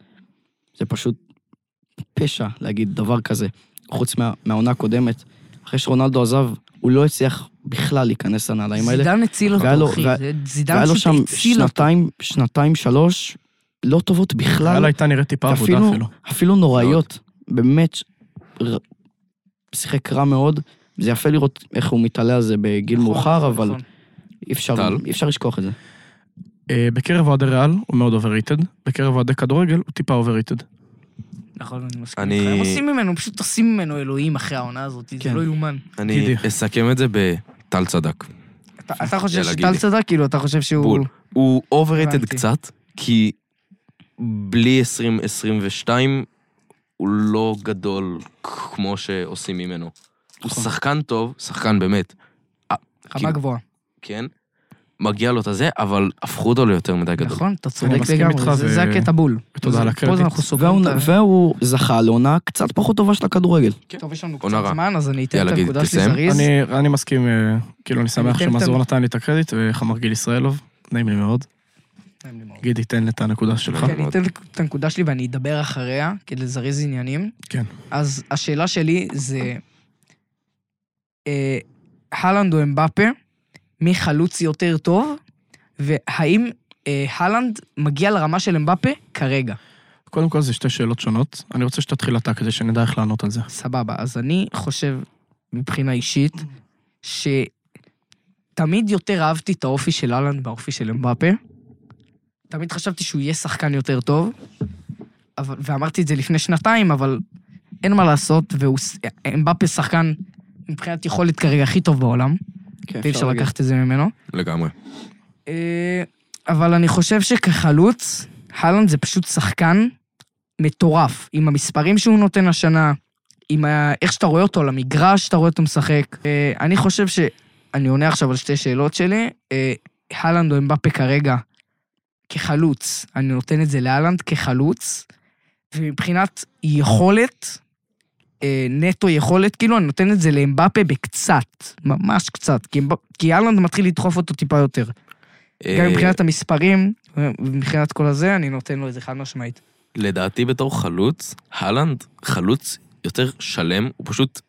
זה פשוט פשע להגיד דבר כזה. חוץ מה, מהעונה הקודמת, אחרי שרונלדו עזב, הוא לא הצליח בכלל להיכנס לנעליים האלה.
זידן הציל
והיה
אותו,
לו-
אחי.
וה-
זה-
והיה
זידן
לו
פשוט
שם
הציל אותו.
שנתיים, שנתיים, שלוש, לא טובות בכלל.
יאללה הייתה נראית טיפה עבודה
אפילו-
אפילו.
אפילו נוראיות, באמת, ש- ר- שיחק רע מאוד. זה יפה לראות איך הוא מתעלה על זה בגיל
נכון,
מאוחר, אבל
נכון. לא
אי אפשר,
טל?
אי אפשר לשכוח את זה.
אה, בקרב אוהדי ריאל הוא מאוד אובררייטד, בקרב אוהדי כדורגל הוא טיפה אובררייטד.
נכון, אני מסכים
אני-
איתך. הם עושים ממנו, פשוט עושים ממנו אלוהים אחרי העונה הזאת, זה
כן.
לא יאומן.
אני
גידי.
אסכם את זה בטל צדק.
אתה- אתה חושב
יאללה,
שטל
גידי.
צדק? כאילו, אתה חושב שהוא...
בול. הוא אובררייטד
הבנתי.
קצת, כי בלי 2022 הוא לא גדול כמו שעושים ממנו. הוא
נכון.
שחקן טוב, שחקן באמת,
רמה
כאילו,
גבוהה.
כן? מגיע לו את הזה, אבל הפכו אותו ליותר מדי גדול.
נכון, אתה צודק
אני מסכים איתך,
לגמרי, זה-
ו-
זה הקטע בול.
ותודה
זה-
על הקרדיט.
פה אנחנו סוגרים
והוא,
את ה...
והוא זכה לעונה קצת פחות טובה של הכדורגל.
טוב, יש לנו
עונה
קצת
רעה.
זמן, אז אני אתן
יאללה,
את
גידי,
הנקודה שלי
תסיים.
זריז.
אני, אני מסכים, אה, כאילו אני שמח
אתן את
שמזור
הנ-
נתן לי את הקרדיט, ואיך אמר גיל ישראלוב, נעים לי מאוד. גידי, תן את הנקודה שלך.
כן, אני אתן את הנקודה שלי ואני אדבר אחריה, כדי לזרז עניינים.
כן.
אז השאלה שלי זה... אה, הלנד או אמבפה, מי חלוץ יותר טוב, והאם אה, הלנד מגיע לרמה של אמבפה כרגע?
קודם כל זה שתי שאלות שונות, אני רוצה שתתחיל אתה כדי שנדע איך לענות על זה.
סבבה, אז אני חושב, מבחינה אישית, שתמיד יותר אהבתי את האופי של אהלן מהאופי של אמבפה. תמיד חשבתי שהוא יהיה שחקן יותר טוב, אבל, ואמרתי את זה לפני שנתיים, אבל אין מה לעשות, והוא... ס- אמבפה שחקן מבחינת יכולת כרגע הכי טוב בעולם, ואי כן, אפשר לקחת את זה ממנו.
לגמרי.
אה, אבל אני חושב שכחלוץ, הלנד זה פשוט שחקן מטורף, עם המספרים שהוא נותן השנה, עם ה... איך שאתה רואה אותו על המגרש, שאתה רואה אותו משחק. אה, אני חושב ש... אני עונה עכשיו על שתי שאלות שלי. אה, הלנד או אמבפה כרגע כחלוץ, אני נותן את זה להלנד כחלוץ, ומבחינת יכולת, אה, נטו יכולת, כאילו, אני נותן את זה לאמבפה בקצת, ממש קצת, כי, אמבפ... כי הלנד מתחיל לדחוף אותו טיפה יותר. גם
אה,
מבחינת המספרים, ומבחינת כל הזה, אני נותן לו את זה חד משמעית.
לדעתי בתור חלוץ, הלנד חלוץ יותר שלם, הוא פשוט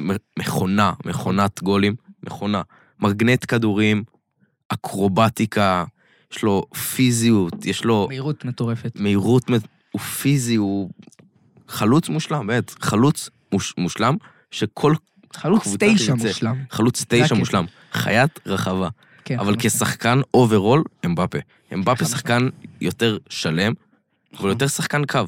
מ- מכונה, מכונת גולים, מכונה. מגנט כדורים, אקרובטיקה, יש לו פיזיות, יש לו
מהירות מטורפת.
מהירות, מט- הוא פיזי, הוא חלוץ מושלם, באמת, חלוץ מוש- מושלם, שכל
חלוץ
קבוצה
תשע
שתרצה.
מושלם.
חלוץ
זה
תשע
הקטע.
מושלם, חיית רחבה.
כן,
אבל
חלוץ.
כשחקן אוברול, אמבפה. אמבפה
משמעית.
שחקן יותר שלם, אבל יותר שחקן קו.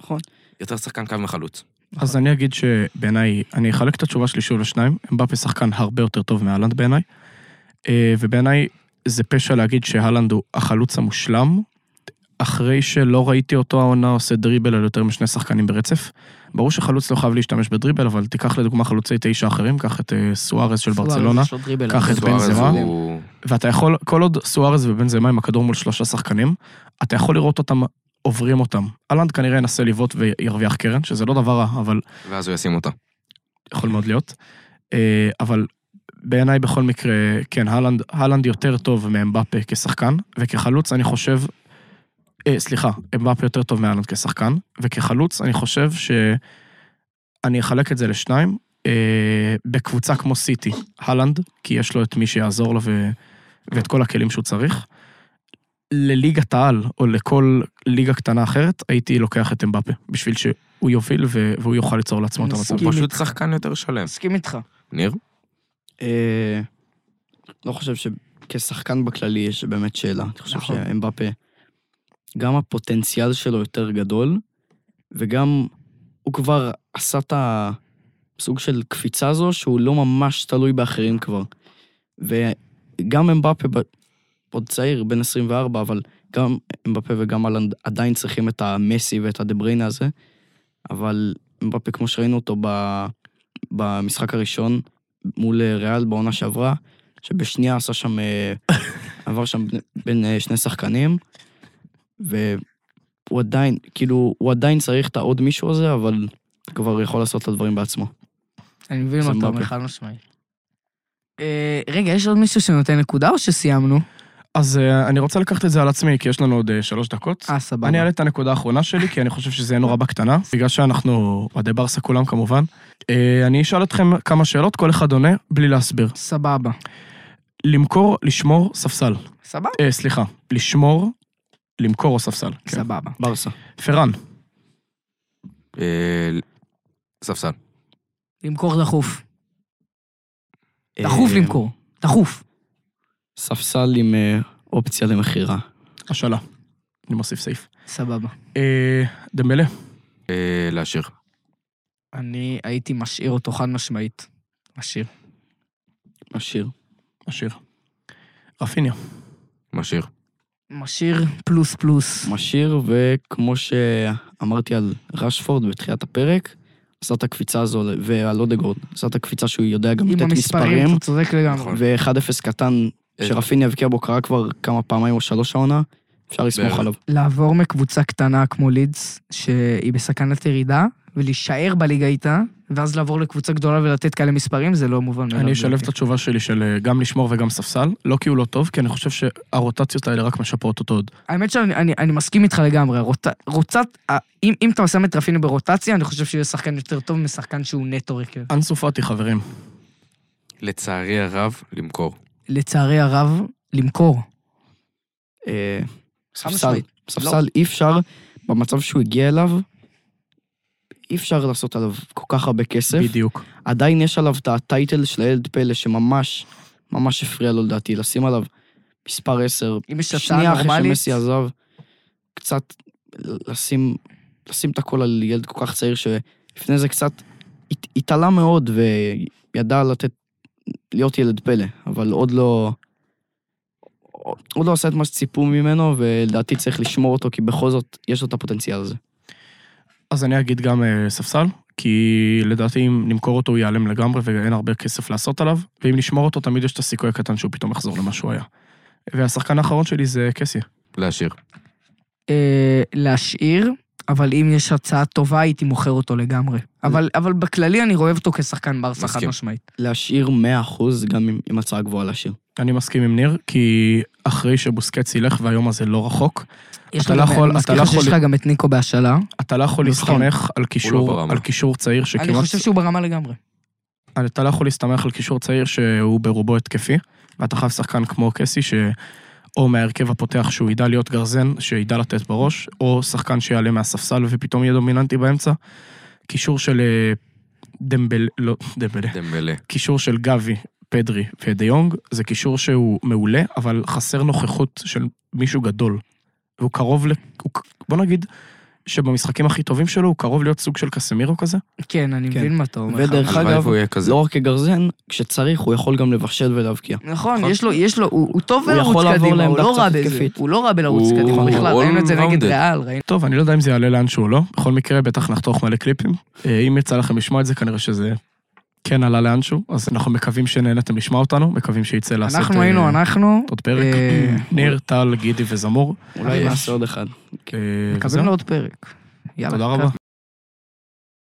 נכון.
יותר שחקן קו מחלוץ.
אז אני אגיד שבעיניי, אני אחלק את התשובה שלי שוב לשניים, אמבפה שחקן הרבה יותר טוב מהלנד בעיניי, אה, ובעיניי זה פשע להגיד שהלנד הוא החלוץ המושלם, אחרי שלא ראיתי אותו העונה עושה דריבל על יותר משני שחקנים ברצף. ברור שחלוץ לא חייב להשתמש בדריבל, אבל תיקח לדוגמה חלוצי תשע אחרים, קח את אה, סוארז של
סוארז,
ברצלונה,
יש לו דריבל.
קח את
סוארז
בנזמה.
הוא-
ואתה יכול, כל עוד סוארז ובנזמה עם הכדור מול שלושה שחקנים, אתה יכול לראות אותם עוברים אותם. אהלנד כנראה ינסה לבעוט וירוויח קרן, שזה לא דבר רע, אבל
ואז הוא ישים אותה.
יכול מאוד להיות. אה, אבל בעיניי בכל מקרה, כן, הלנד, הלנד יותר טוב מאמבפה כשחקן, וכחלוץ אני חושב... אה, סליחה, אמבפה יותר טוב מהלנד כשחקן, וכחלוץ אני חושב ש... אני אחלק את זה לשניים. אה, בקבוצה כמו סיטי, הלנד, כי יש לו את מי שיעזור לו ו... ואת כל הכלים שהוא צריך. לליגת העל, או לכל ליגה קטנה אחרת, הייתי לוקח את אמבפה, בשביל שהוא יוביל ו... והוא יוכל ליצור לעצמו את המצב.
הוא
מסכים
פשוט
איתך.
שחקן יותר שלם.
מסכים איתך.
ניר?
אה, לא חושב שכשחקן בכללי יש באמת שאלה. אני חושב
נכון.
שאמבפה, גם הפוטנציאל שלו יותר גדול, וגם הוא כבר עשה את הסוג של קפיצה הזו, שהוא לא ממש תלוי באחרים כבר. וגם אמבפה, ב- עוד צעיר, בן 24, אבל גם אמבפה וגם אהלנד עדיין צריכים את המסי ואת הדבריינה הזה, אבל אמבפה, כמו שראינו אותו ב... במשחק הראשון, מול אה, ריאל בעונה שעברה, שבשנייה עשה שם, אה, עבר שם בין- בין אה, שני שחקנים, והוא עדיין, כאילו, הוא עדיין צריך את העוד מישהו הזה, אבל כבר יכול לעשות את הדברים בעצמו.
אני מבין
זה
מה אתה אומר,
אמבפה.
חד משמעי. אה, רגע, יש עוד מישהו שנותן נקודה או שסיימנו?
אז אה, אני רוצה לקחת את זה על עצמי, כי יש לנו עוד אה, שלוש דקות.
אה, סבבה.
אני אעלה את הנקודה האחרונה שלי, כי אני חושב שזה יהיה נורא בקטנה, בגלל שאנחנו אוהדי ברסה כולם כמובן. אה, אני אשאל אתכם כמה שאלות, כל אחד עונה, בלי להסביר.
סבבה.
למכור, לשמור, ספסל.
סבבה?
אה, סליחה, לשמור, למכור או ספסל. כן.
סבבה.
ברסה.
פרן,
אה, ספסל.
למכור דחוף. דחוף
אה,
למכור. דחוף.
ספסל עם אה, אופציה למכירה.
השאלה. אני מוסיף סעיף.
סבבה.
אה, דמבלה,
אה, להשאיר.
אני הייתי משאיר אותו חד משמעית. משאיר.
משאיר.
השיר. רפיניה,
משאיר.
משאיר פלוס פלוס.
משאיר, וכמו שאמרתי על רשפורד בתחילת הפרק, עשה את הקפיצה הזו, ועל אודגורד, עשה את הקפיצה שהוא יודע גם
עם
לתת
המספרים,
מספרים,
אתה צודק לגמרי.
נכון.
ו-1-0 קטן שרפיניה הבקיע בו קרה כבר כמה פעמיים או שלוש העונה, אפשר לסמוך
בערך.
עליו.
לעבור מקבוצה קטנה כמו לידס, שהיא בסכנת ירידה, ולהישאר בליגה איתה, ואז לעבור לקבוצה גדולה ולתת כאלה מספרים, זה לא מובן מאליו.
אני אשלב את
לדעתי.
התשובה שלי של אה, גם לשמור וגם ספסל, לא כי הוא לא טוב, כי אני חושב שהרוטציות האלה רק משפרות אותו עוד.
האמת שאני אני, אני מסכים איתך לגמרי, רוט, רוצת, אה, אם, אם אתה שם את רפינו ברוטציה, אני חושב שהוא יהיה שחקן יותר טוב משחקן שהוא נטו ריקר.
אנסו פאטי, חברים.
לצערי הרב, למכור.
לצערי הרב, למכור.
אה, ספסל,
משמעית.
ספסל אי אפשר, במצב שהוא הגיע אליו, אי אפשר לעשות עליו כל כך הרבה כסף.
בדיוק.
עדיין יש עליו את הטייטל של הילד פלא שממש, ממש הפריע לו לדעתי, לשים עליו מספר 10,
אם יש
שנייה
הצעה
אחרי
נורמלית,
שמסי עזב, קצת לשים, לשים את הכל על ילד כל כך צעיר שלפני זה קצת הת- התעלה מאוד וידע לתת, להיות ילד פלא, אבל עוד לא... עוד לא עשה את מה שציפו ממנו, ולדעתי צריך לשמור אותו, כי בכל זאת יש לו את הפוטנציאל הזה.
אז אני אגיד גם אה, ספסל, כי לדעתי אם נמכור אותו הוא ייעלם לגמרי ואין הרבה כסף לעשות עליו, ואם נשמור אותו תמיד יש את הסיכוי הקטן שהוא פתאום יחזור למה שהוא היה. והשחקן האחרון שלי זה קסיה.
להשאיר.
אה, להשאיר, אבל אם יש הצעה טובה, הייתי מוכר אותו לגמרי. אבל, אבל בכללי אני רואה אותו כשחקן ברסה חד
מסכים.
משמעית.
להשאיר 100% גם עם, עם הצעה גבוהה להשאיר.
אני מסכים עם ניר, כי אחרי שבוסקץ ילך והיום הזה לא רחוק,
יש
אתה
לך גם-
לא
אני
יכול- אתה
מזכיר
לא
לך שיש
יכול-
לך גם את ניקו בהשאלה.
אתה לא יכול
נכון.
להסתמך על
לא
קישור,
ברמה.
על קישור צעיר
אני
שכמעט...
חושב שהוא ברמה לגמרי.
אתה לא יכול להסתמך על קישור צעיר שהוא ברובו התקפי, ואתה חייב שחקן כמו קסי, ש... או מההרכב הפותח שהוא ידע להיות גרזן, שידע לתת בראש, או שחקן שיעלה מהספסל ופתאום יהיה דומיננטי באמצע. קישור של אה, דמבל... לא, דמבלה.
דמבלה.
קישור של גבי, פדרי ודי יונג, זה קישור שהוא מעולה, אבל חסר נוכחות של מישהו גדול. והוא קרוב ל... הוא... ק- בוא נגיד שבמשחקים הכי טובים שלו, הוא קרוב להיות סוג של קסמירו כזה.
כן, אני
כן.
מבין מה אתה אומר.
ודרך
חד-
הלוואי
אגב,
והוא יהיה כזה.
לא רק כגרזן, כשצריך הוא יכול גם לבשל ולהבקיע.
נכון,
נכון.
יש לו, יש לו, הוא הוא טוב
הוא יכול
בלרוץ
לעבור
קדימה, הוא
לעמדה
לא רע
קצת
בזה.
התקפית.
הוא לא רע בלרוץ
הוא-
קדימה
הוא
בכלל, ראינו את זה נגד
all-rounded.
ריאל, ראינו...
טוב, אני לא יודע אם זה יעלה לאנשהו או לא. בכל מקרה, בטח נחתוך מלא קליפים. אה, אם יצא לכם לשמוע את זה, כנראה שזה כן עלה לאנשהו, אז אנחנו מקווים שנהנתם לשמוע אותנו, מקווים שיצא לעשות...
אנחנו
אה,
היינו אנחנו,
עוד פרק.
אה,
ניר, טל, גידי וזמור.
אולי
אה,
נעשה עוד אחד.
אה,
כן. מקווים
וזהו.
לעוד פרק. יאללה,
תודה רבה.